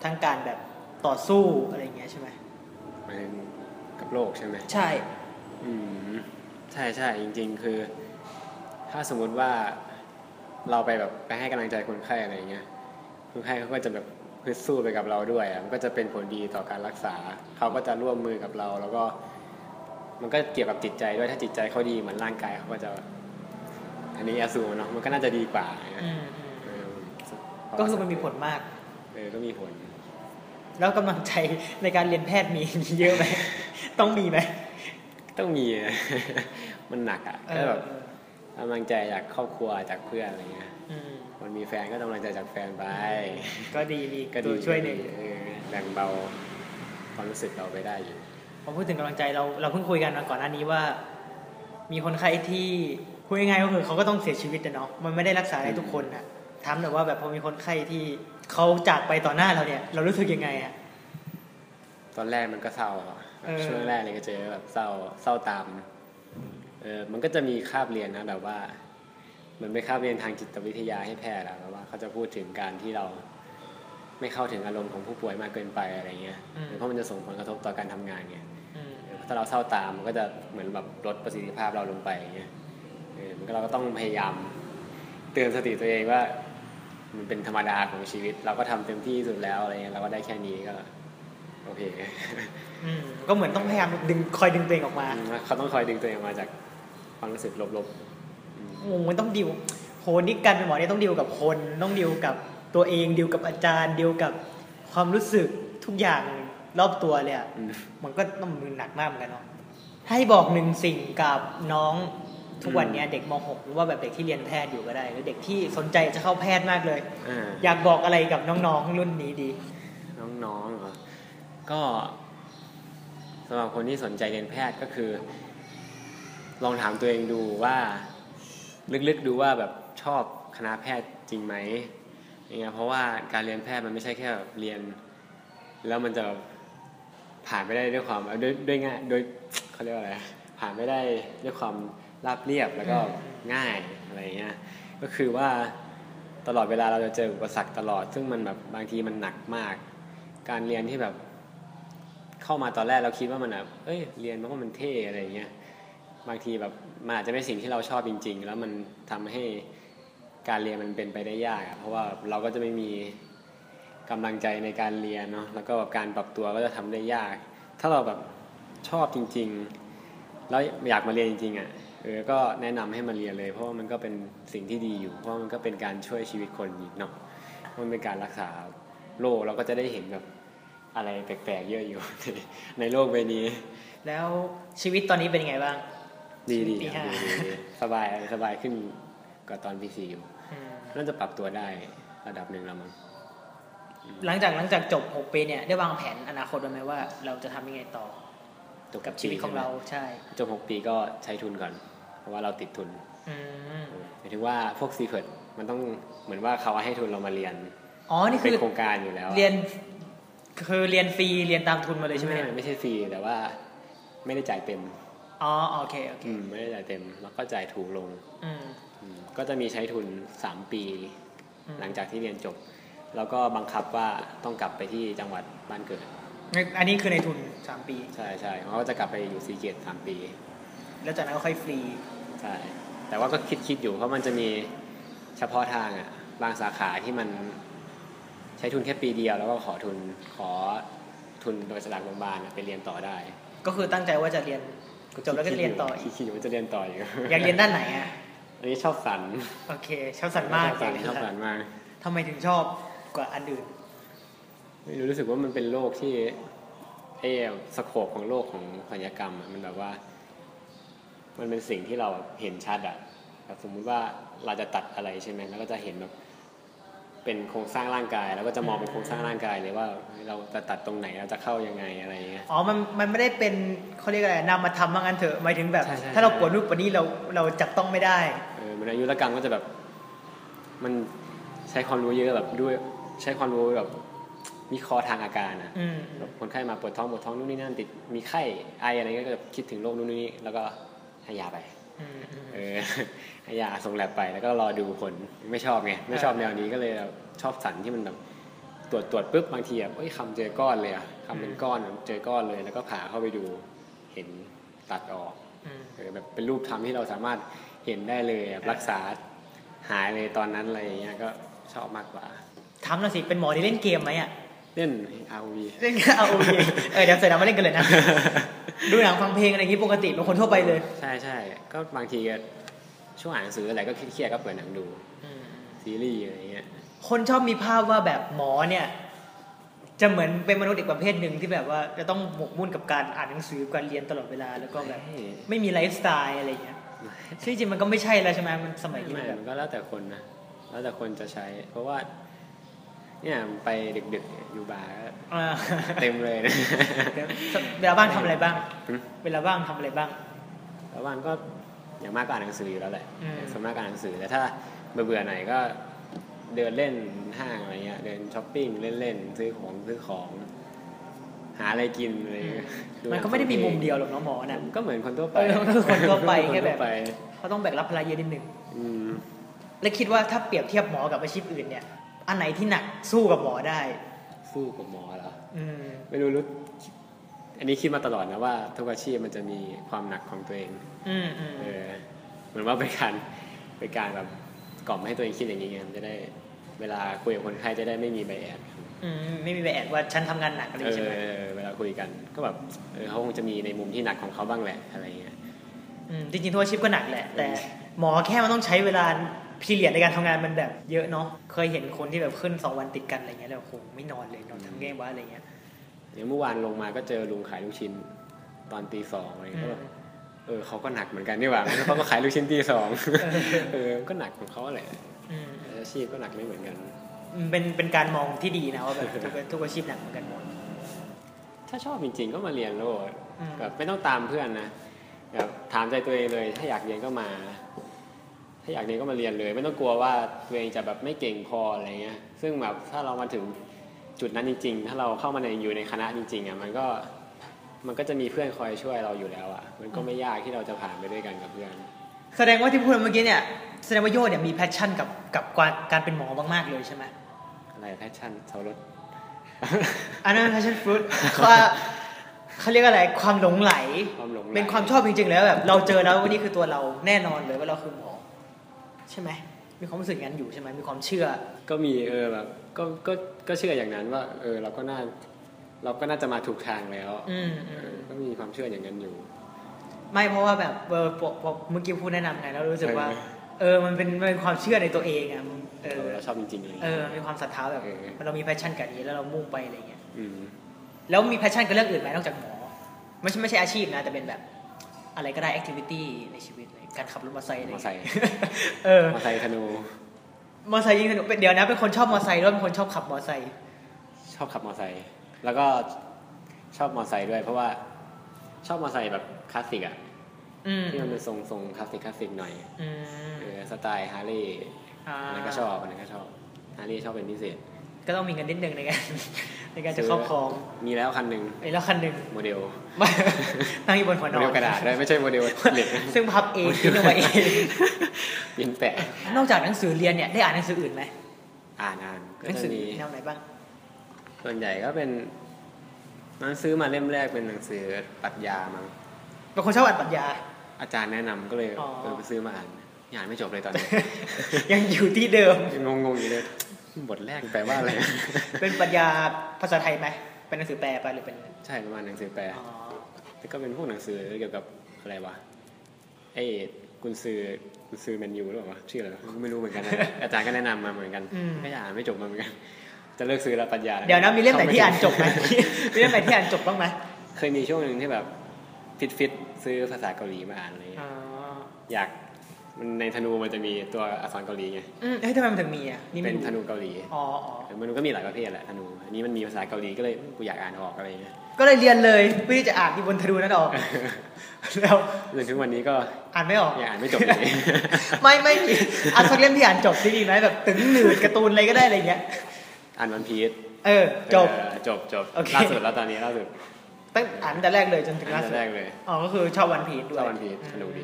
S2: ทั้งการแบบต่อสู้อะไรอย่างเงี้ยใช่ไหม
S1: ๆหมายถึงกับโลกใช่ไหม
S2: ใช่
S1: อืมใช่ใช่จริง ๆ คือ ถ้าสมมุติว่าเราไปแบบไปให้กำลังใจคนไข้อะไรอย่างเงี้ยคนไข้เขาก็จะแบบฮึดสู้ไปกับเราด้วยอะมันก็จะเป็นผลดีต่อการรักษาเขาก็จะร่วมมือกับเรา แล้วก็ มันก็เกี่ยวกับจิตใจด้วยถ้าจิตใจเขาดีเหมือนร่างกายเขาก็จะ อันนี้อาสูเนาะมันก็น่าจะดีกว่านะ
S2: อืม
S1: เออ
S2: อืมก็คือมันมีผลมาก
S1: เออก็มีผล
S2: แล้วกำลังใจในการเรียนแพทย์มี *laughs* มีเยอะไหม ต้องมีไหม
S1: ต้องมีอะ *laughs* มันหนักอ่ะ
S2: เอ
S1: ก็
S2: อ
S1: แบบกำลังใจจากครอบครัวจากเพื่อนอะไรเงี้ย
S2: อืม
S1: มันมีแฟนก็กำลังใจจากแฟนไป
S2: ก็ดีมี
S1: ก็
S2: ตั
S1: ดี
S2: วช่วยหนึ่ง
S1: เออแบ่งเบาความรู้สึกเราไปได้อยู่
S2: พอพูดถึงกำลังใจเราเราเพิ่งคุยกันมาก่อนหน้านี้ว่า มีคนไข้ที่พูดง่ายๆก็คือเขาก็ต้องเสียชีวิตนะเนาะมันไม่ได้รักษาได้ทุกคนอะถามหน่อยว่าแบบพอมีคนไข้ที่เขาจากไปต่อหน้าเราเนี่ย เรารู้สึกยังไงอะ
S1: ตอนแรกมันก็เศร้าอะ
S2: เออ
S1: ช่วงแรกเลยก็เจอแบบเศร้าเศร้าตามเออมันก็จะมีคาบเรียนนะแบบว่าเหมือนไปนคาบเรียนทางจิตวิทยาให้แพทย์อะแบบว่าเขาจะพูดถึงการที่เรา ไม่เข้าถึงอารมณ์ของผู้ป่วยมากเกินไปอะไรเงี้ย
S2: อืม
S1: เพราะมันจะส่งผลกระทบต่อการทำงานไง
S2: อืม
S1: เออถ้าเราเศร้าตามมันก็จะเหมือนแบบลดประสิทธิภาพเราลงไปอย่างเงี้ยเออมันก็เราก็ต้องพยายามเตือนสติตัวเองว่า มันเป็นธรรมดาของชีวิต เราก็ทำเต็มที่ที่สุดแล้วอะไรเงี้ยเราก็ได้แค่นี้ก็โอเค
S2: อืมก็เหมือนต้องพยายามดึงคอยดึงตัวเองออกมา
S1: อืม *laughs* เขาต้องคอยดึงตัวเองออกมาจากความรู้สึกลบๆอืม
S2: โอ้มันต้องดิวโหนี่การเป็นหมอเนี่ยต้องดิวกับคนต้องดิวกับตัวเองดิวกับอาจารย์ดิวกับความรู้สึกทุกอย่างรอบตัวเลยอะ
S1: อืม
S2: มันก็ต้องมือหนักมากเหมือนกันเนาะ ให้บอกหนึ่งสิ่งกับน้องทุกวันเนี้ยเด็กม .6 หรือว่าแบบเด็กที่เรียนแพทย์อยู่ก็ได้ หรือเด็กที่สนใจจะเข้าแพทย์มากเลย
S1: อ่า
S2: อยากบอกอะไรกับน้องๆรุ่นนี้ดี
S1: น้องๆเหรอก็สำหรับคนที่สนใจเรียนแพทย์ก็คือ ลองถามตัวเองดูว่าลึกๆดูว่าแบบชอบคณะแพทย์จริงไหมอย่างเงี้ยเพราะว่าการเรียนแพทย์มันไม่ใช่แค่แบบเรียน แล้วมันจะผ่านไปได้ด้วยความด้วยด้วยง่ายโดวยเขาเรียกว่าอะไรผ่านไม่ได้ด้วยความราบเรียบแล้วก็
S2: อืม
S1: ง่ายอะไรเงี้ยก็คือว่าตลอดเวลาเราจะเจออุปสรรคตลอด ซึ่งมันแบบบางทีมันหนักมาก การเรียนที่แบบ เข้ามาตอนแรกเราคิดว่ามันแบบเอ้ยเรียนเพราะว่ามันเท่อะไรเงี้ย บางทีแบบมันอาจจะไม่สิ่งที่เราชอบจริง ๆ แล้วมันทำให้การเรียนมันเป็นไปได้ยากอะเพราะว่าเราก็จะไม่มีกำลังใจในการเรียนเนาะแล้วก็แบบการปรับตัวก็จะทำได้ยาก ถ้าเราแบบชอบจริง ๆ แล้วอยากมาเรียนจริงๆอ่ะเออก็แนะนำให้มาเรียนเลย เพราะว่ามันก็เป็นสิ่งที่ดีอยู่ เพราะว่ามันก็เป็นการช่วยชีวิตคนอีกเนาะมันเป็นการรักษาโลกเราก็จะได้เห็นแบบอะไรแปลกๆเยอะอยู่ *laughs* ในในโลกใบนี้
S2: แล้วชีวิตตอนนี้เป็นยังไงบ้าง
S1: ดีดี
S2: ปี
S1: ค
S2: ห้า
S1: รับดีดีสบายสบายขึ้นกว่าตอนพีซีอยู่
S2: อืม
S1: น่าจะปรับตัวได้ระดับหนึ่งแล้วมั้ง
S2: หลังจากหลังจากจบ 6 ปีเนี่ย ได้วางแผนอนาคตไว้ไหมว่า เราจะทำยังไงต่อ
S1: จบ
S2: กับชีวิตของเราใช่
S1: จบหกปีก็ใช้ทุนก่อน เพราะว่าเราติดทุน
S2: อืม
S1: หมายถึงว่าพวกซีเพิร์มันต้องเหมือนว่าเขาให้ทุนเรามาเรียน
S2: อ๋อนี่
S1: เป็
S2: คื
S1: น
S2: อ
S1: โครงการอยู่แล้วอะ
S2: เรียนคือเรียนฟรีเรียนตามทุนมาเลยใช่ไหม
S1: ไม่
S2: เนี่ย
S1: ไม่ใช่ฟรีแต่ว่าไม่ได้จ่ายเต็ม
S2: อ๋อโอเคโอเค
S1: อืมไม่ได้จ่ายเต็ม แล้วก็จ่ายถูกลง
S2: อืม
S1: อืมก็จะมีใช้ทุน 3 ปี
S2: อืม
S1: หลังจากที่เรียนจบ แล้วก็บังคับว่าต้องกลับไปที่จังหวัดบ้านเกิด
S2: อันนี้คือในทุนสามปี
S1: ใช่ใช่เขาก็จะกลับไปอยู่ซีเกตสามปี
S2: แล้วจากนั้นก็ค่อยฟรี
S1: ใช่ แต่ว่าก็คิดคิดอยู่เพราะมันจะมีเฉพาะทางอ่ะ บางสาขาที่มันใช้ทุนแค่ปีเดียว แล้วก็ขอทุนขอทุนโดยสลักโรงพยาบาลอะไปเรียนต่อได้
S2: ก็คือตั้งใจว่าจะเรียน จบแล้วก็เรียนต่ออี
S1: คิด
S2: ก
S1: คิดว่าจะเรียนต่ออยู่
S2: อยากเรียนด้านไหนอ่ะ
S1: อันนี้ชอบสัน
S2: โอเคชอบสันมาก
S1: ชอบสันชอบสันมาก
S2: ทำไมถึงชอบกว่าอันอื่น
S1: ไม่รู้รู้สึกว่ามันเป็นโลกที่ไอ้สโคปของโลกของศัลยกรรมอะมันแบบว่า มันเป็นสิ่งที่เราเห็นชัดอะแบบสมมุติว่าเราจะตัดอะไรใช่ไหมแล้วก็จะเห็นแบบเป็นโครงสร้างร่างกาย แล้วก็จะมองเป็นโครงสร้างร่างกายเลยว่าเราจะตัดตรงไหนเราจะเข้ายังไงอะไรอย่างเงี้ย
S2: อ๋อ มัน มันไม่ได้เป็นเขาเรียกอะไรนามธรรมว่างั้นเถอะ หมายถึงแบบ
S1: ใช่ใช่
S2: ถ้าเราปวดนู่นปวดนี่เรา เราจับต้องไม่ได้
S1: เออมันอายุรกรรมก็จะแบบ มันใช้ความรู้เยอะแบบด้วย ใช้ความรู้แบบวิเคราะห์ทางอาการอะ
S2: อืม
S1: แบบคนไข้มาปวดท้องปวดท้องนู่นนี่นั่นติดมีไข้ไออะไรเงี้ยก็จะคิดถึงโรคนู่นนี่แล้วก็ให้ยาไป
S2: อืมอืม
S1: เอ *laughs* อ ให้ยาส่งแลบไปแล้วก็รอดูผลไม่ชอบไงไม่ชอบแนวนี้ก็เลยแบบชอบสันที่มันแบบตรวจตรวจปุ๊บบางทีแบบเอ้ยคำเจอก้อนเลยอะคำเป็นก้อนเจอก้อนเลย แล้วก็ผ่าเข้าไปดูเห็นตัดออก
S2: อืม
S1: เออแบบเป็นรูปทำที่เราสามารถเห็นได้เลยอะรักษาหายเลยตอนนั้นอะไรอย่างเงี้ยก็ชอบมากกว่า
S2: ถามหน่อยสิ เป็นหมอที่เล่นเกมไหมอ่ะ
S1: เล่น ROV
S2: เล่นเอาโอเคเออ เดี๋ยวเสร็จแล้วมาเล่นกันเลยนะ *laughs* ดูหนังฟังเพลงอะไรอย่างงี้ปกติเป็นคนทั่วไปเลย
S1: ใช่ใช่ก็บางทีก็ช่วงอ่านหนังสืออะไรก็เครียดๆก็เปิดหนังดู
S2: อืม
S1: ซีรีส์อะไรเงี้ย
S2: คนชอบมีภาพว่าแบบหมอเนี่ย จะเหมือนเป็นมนุษย์อีกประเภทหนึ่งที่แบบว่าจะต้องหมกมุ่นกับการอ่านหนังสือการเรียนตลอดเวลาแล้วก็แบบ ไม่มีไลฟ์สไตล์อะไรอย่างเงี้ยซึ่งจริงๆมันก็ไม่ใช่แล้วใช่ไหมมันสมัยนี้
S1: ไม่
S2: มันแบบ
S1: มันก็แล้วแต่คนนะแล้วแต่คนจะใช้ เพราะว่า เนี่ยไปดึกๆอยู่บาร์ก็
S2: อ่า
S1: เต็มเลย
S2: *laughs*
S1: นะ
S2: เดี๋ยวเวลาบ้างทำอะไรบ้าง
S1: หืม
S2: เวลาบ้างทำอะไรบ้าง
S1: แล้ววันก็อย่างมากก็อ่านหนังสืออยู่แล้วแหละ
S2: อืม
S1: ส่วนมากก็อ่านหนังสือแต่ถ้าเบื่อๆหน่อยก็เดินเล่นห้างอะไรเงี้ยเดินช้อปปิ้งเล่นๆซื้อของซื้อของ หาอะไรกินอะไรเงี้ยดูห
S2: มัน
S1: ง
S2: ก็ไม่ได้มี
S1: ฟังพล
S2: มุ
S1: ง
S2: มเดียวหรอกเนาะหมอน่ะ
S1: ก็เหมือนคนทั่วไป
S2: เออก็คือคนทั่วไปแค่แบบ
S1: นทั่วไป
S2: เขาต้องแบกรับภาระเยอะนิดนึง
S1: อืม
S2: และคิดว่าถ้าเปรียบเทียบหมอกับอาชีพอื่นเนี่ย อันไหนที่หนักสู้กับหมอได้
S1: สู้กับหมอเหรอ
S2: อืม
S1: ไม่รู้รู้ อันนี้คิดมาตลอดนะว่า ทุกอาชีพมันจะมีความหนักของตัวเอง
S2: อืมอืม
S1: เออ เหมือนว่าเป็นการ *laughs* เป็นการแบบกล่อมให้ตัวเองคิดอย่างนี้ไงมันจะได้ เวลาคุยกับคนไข้จะได้ไม่มีใบแอด
S2: อืมไม่มีไปแอบว่าฉันทำงานหนักอะไรอ
S1: เอย่าง
S2: งี้ใช่ไหม
S1: อ เวลาคุยกัน ก็แบบเออเขาคงจะมีในมุมที่หนักของเขาบ้างแหละอะไรเงี้ย
S2: มจริงๆทุกอาชีพก็หนักแหละ แต่
S1: เออ
S2: หมอแค่มันต้องใช้เวลาพิเรียดในการทำงานมันแบบเยอะเนาะ เคยเห็นคนที่แบบขึ้นสองวันติดกันอะไรเงี้ยแล้วโอ้โหไม่นอนเลยนอนทั้งแง่วะอะไรเงี้ย
S1: อย่างเมื่อวานลงมาก็เจอลุงขายลูกชิ้น ตอนตีสองอะไรเงี้ยก็แบบ เออเขาก็หนักเหมือนกันนี่หว่า *laughs* แล้วเขาก็ขายลูกชิ้นตีสอง *laughs* เออ ก็หนักของเขาแหละ
S2: อืม
S1: อาชีพก็หนักไม่เหมือนกัน
S2: มันเป็นเป็นการมองที่ดีนะว่าแบบ *laughs* ทุกทุกอาชีพหนักเหมือนกันหมด
S1: ถ้าชอบจริงๆก็มาเรียนโลด
S2: อืม
S1: แบบไม่ต้องตามเพื่อนนะแบบถามใจตัวเองเลย ถ้าอยากเรียนก็มา ถ้าอยากเรียนก็มาเรียนเลย ไม่ต้องกลัวว่าตัวเองจะแบบไม่เก่งพออะไรเงี้ย ซึ่งแบบถ้าเรามาถึงจุดนั้นจริง ๆ ถ้าเราเข้ามาในอยู่ในคณะจริงๆอ่ะมันก็มันก็จะมีเพื่อนคอยช่วยเราอยู่แล้วอ่ะ มันก็ไม่ยากที่เราจะผ่านไปด้วยกันกับเพื่อน
S2: แสดงว่าที่พูดเมื่อกี้เนี่ยแสดงว่าโยเนี่ยมีแพชชั่นกับกับการการเป็นหมอมากๆเลยใช่ไหม
S1: อะไรแพชชั่นสวรส
S2: อันนั้นแพชชั่นฟรุตว่าเขาเรียกอะไรความหลงไหล
S1: ความหลงไหล
S2: เป็นความชอบจริงๆแล้วแบบเราเจอแล้วว่านี่คือตัวเราแน่นอนเลยว่าเราคือหมอ ใช่ไหมมีความรู้สึกอย่างนั้นอยู่ใช่ไหมมีความเชื่อ
S1: ก็มีเออแบบก็ก็ก็เชื่ออย่างนั้นว่า เออเราก็น่าเราก็น่าจะมาถูกทางแล้ว
S2: อืม
S1: เออก็มีความเชื่ออย่างนั้นอยู่
S2: ไม่เพราะว่าแบบเออพอพอเมื่อกี้พูดแนะนำไงแล้วรู้สึกว่า
S1: เออ
S2: เออมันเป็นมันเป็นความเชื่อในตัวเองอะมันเออ
S1: เราชอบจริงๆเลย
S2: เออ มีความศรัทธาแบบ
S1: เออ
S2: เรามีแพชชั่นกับอันนี้แล้วเรามุ่งไปอะไรเงี้ย
S1: ม
S2: แล้วมีแพชชั่นกับเรื่องอื่นไหมนอกจากหมอ ไม่ใช่ไม่ใช่อาชีพนะ แต่เป็นแบบอะไรก็ได้แอคทิวิตี้ในชีวิตเลยการขับรถมอเตอร์ไซค์อะไร
S1: มอ
S2: เงี้ย
S1: ไซค์
S2: เออ
S1: มอไซค์ธนู
S2: มอเตอร์ไซค์ยิงสนุกเป็นเดี๋ยวนะ เป็นคนชอบมอเตอร์ไซค์ด้วยเป็นคนชอบขับมอเตอร์ไซค์
S1: ชอบขับมอไซค์แล้วก็ชอบมอไซค์ด้วย เพราะว่าชอบมอไซค์แบบคลาสสิกอะ
S2: อืม
S1: ที่มันเป็นทรงทรงคลาสสิกคลาสสิกหน่อย
S2: อืม
S1: เออสไตล์ฮาร์เลย์
S2: อ่า
S1: อันนั้นก็ชอบอันนั้นก็ชอบฮาร์เลย์ชอบเป็นพิเศษ
S2: ก็ต้องมีเงินนิดนึงในการ *laughs* ในการจะครอบครอง
S1: มีแล้วคันหนึ่ง
S2: ไอ้แล้วคันหนึ่ง *laughs*
S1: โมเดล
S2: ไม่ นั่งอยู่บนหัว
S1: โม
S2: นอ
S1: เดล
S2: น
S1: กระดาษด้วยไม่ใช่โมเดลเหล็ก *laughs*
S2: ซึ่งพับเองคิดเอาไว้เอง
S1: ยินแปะ
S2: *laughs* นอกจากหนังสือเรียนเนี่ยได้อ่านหนังสืออื่นไหม
S1: อ่านอ่านก็
S2: หนัง
S1: จะ
S2: สือ
S1: มี
S2: แนวไหนบ้าง
S1: ส่วนใหญ่ก็เป็นนันซื้อมาเล่มแรกเป็นหนังสือปรัชญามั้ง
S2: เป็นคนชอบอ่านปรัชญา *laughs*
S1: อาจารย์แนะนำก็เลย
S2: อ๋อ
S1: เออไปซื้อมาอ่านยังอ่านไม่จบเลยตอนนี้
S2: ยังอยู่ที่เดิม
S1: ยังงงๆอยู่เลยบทแรกแปลว่าอะไร
S2: เป็นปรัชญาภาษาไทยไหมเป็นหนังสือแปลไปหรือเป็น
S1: ใช่ประมาณหนังสือแปล
S2: อ๋อ
S1: แล้วก็เป็นพวกหนังสือเกี่ยวกับ อะไรวะไอ้กุนซือกุนซือแมนยูหรือเปล่าวะชื่ออะไรวะก็ไม่รู้เหมือนกันนะ อาจารย์ก็แนะนำมาเหมือนกัน
S2: อืม
S1: ก็อ่านไม่จบมาเหมือนกัน จะเลิกซื้อแล้วปัญญา
S2: เดี๋ยวนะมีเล่มไหนที่อ่านจบ
S1: *laughs*
S2: ไหม
S1: ม
S2: มีเล่มไหนที่อ่านจบบ้างไหม
S1: เคยมีช่วงหนึ่งที่แบบฟิตฟิตๆซื้อภาษาเกาหลีมาอ่านอะไรเลย
S2: อ๋อ
S1: อยากมันในธนูมันจะมีตัวอักษรเกาหลีไง
S2: อืมเฮ้ยทำไมมันถึงมีอ่ะนี่ไม่
S1: เป็น
S2: รู้
S1: ธนูเกาหลี
S2: อ๋ออ๋อ
S1: มันก็มีหลายประเภทแหละธนูอันนี้มันมีภาษาเกาหลีก็เลยกูอยากอ่านออกอะไรเงี้ย
S2: ก็เลยเรียนเลยเพื่อที่จะอ่านที่บนทะดู
S1: *laughs*
S2: นั่นออก แล้ว
S1: จนถึงวันนี้ก็
S2: อ่านไม่ออก
S1: ยังอ่านไม่จบ
S2: *laughs*
S1: เลย
S2: ไม่ไม่อ่านสักเล่มที่อ่านจบที่ดีไหมแบบตึงหนืดการ์ตูนอะไรก็ได้อะไรเงี้ย
S1: อ่านวันพีซ
S2: เออ จบ
S1: จบจบ
S2: โอเค
S1: ล่าสุดแล้วตอนนี้ล่าสุด
S2: ตั้งอ่านตั้งแต่แรกเลยจนถึง
S1: อั
S2: ล่าน สุด
S1: แรกเลย
S2: อ๋อก็คือชอบวันพีด้วย
S1: ชอบ One Piece สนุกดี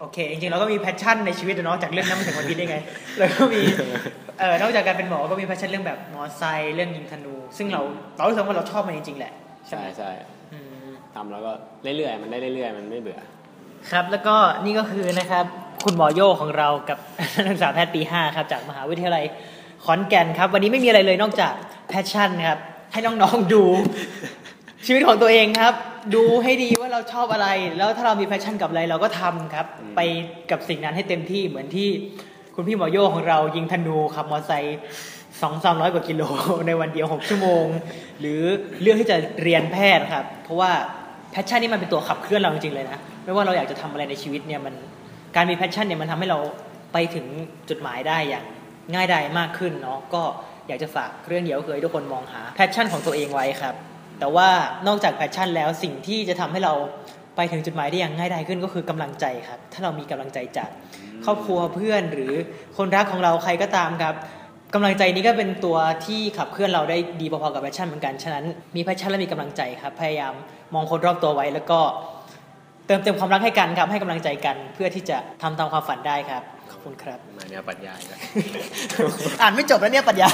S2: โอเค จริงๆเราก็มีแพชชั่นในชีวิตอะเนาะจากเรื่องนั้นมาถึงวันพีได้ไง แล้วก็
S1: *laughs*
S2: มีเออนอกจากการเป็นหมอก็มีแพชชั่นเรื่องแบบมอไซค์เรื่องยิงธนู ซึ่งเราเรารู้สึกว่าเราชอบมันจริงๆแหละใช่
S1: ใช่
S2: ไหม
S1: ใช่
S2: อืม
S1: ทำแล้วก็เรื่อยๆมันได้เรื่อยๆมันไม่เบื่อ
S2: ครับแล้วก็นี่ก็คือนะครับคุณหมอโยของเรากับ *laughs* นักศึกษาแพทย์ปี 5 ครับจากมหาวิทยาลัยขอนแก่นครับ วันนี้ไม่มีอะไรเลยนอกจากแพชชั่นครับ ให้น้องๆดู *laughs* ชีวิตของตัวเองครับ ดูให้ดีว่าเราชอบอะไร แล้วถ้าเรามีแพชชั่นกับอะไรเราก็ทำครับ
S1: อืม
S2: ไปกับสิ่งนั้นให้เต็มที่เหมือนที่คุณพี่หมอโยของเรายิงธนูขับมอเตอร์ไซค์สองสามร้อยกว่ากิโล *laughs* ในวันเดียวหกชั่วโมง หรือเลือกที่จะเรียนแพทย์ครับ เพราะว่าแพชชั่นนี่มันเป็นตัวขับเคลื่อนเราจริงๆเลยนะ ไม่ว่าเราอยากจะทำอะไรในชีวิตเนี่ยมันการมีแพชชั่นเนี่ยมันทำให้เราไปถึงจุดหมายได้อย่างง่ายดายมากขึ้นเนาะก็อยากจะฝากเรื่องเดียวก็คือให้ทุกคนมองหาแพชชั่นของตัวเองไว้ครับ แต่ว่านอกจากแพชชั่นแล้วสิ่งที่จะทำให้เราไปถึงจุดหมายได้อย่างง่ายดายขึ้นก็คือกำลังใจครับ ถ้าเรามีกำลังใจจากครอบครัวเพื่อนหรือคนรักของเราใครก็ตามครับกำลังใจนี้ก็เป็นตัวที่ขับเคลื่อนเราได้ดีพอๆกับแพชชั่นเหมือนกันฉะนั้นมีแพชชั่นและมีกำลังใจครับพยายามมองคนรอบตัวไว้แล้วก็ เติมเต็มความรักให้กันครับให้กำลังใจกันเพื่อที่จะทำตามความฝันได้ครับขอบคุณครับ
S1: มาแนวปรัชญาอีกแล้ว
S2: อ่านไม่จบแล้วเนี่ยปรัญญา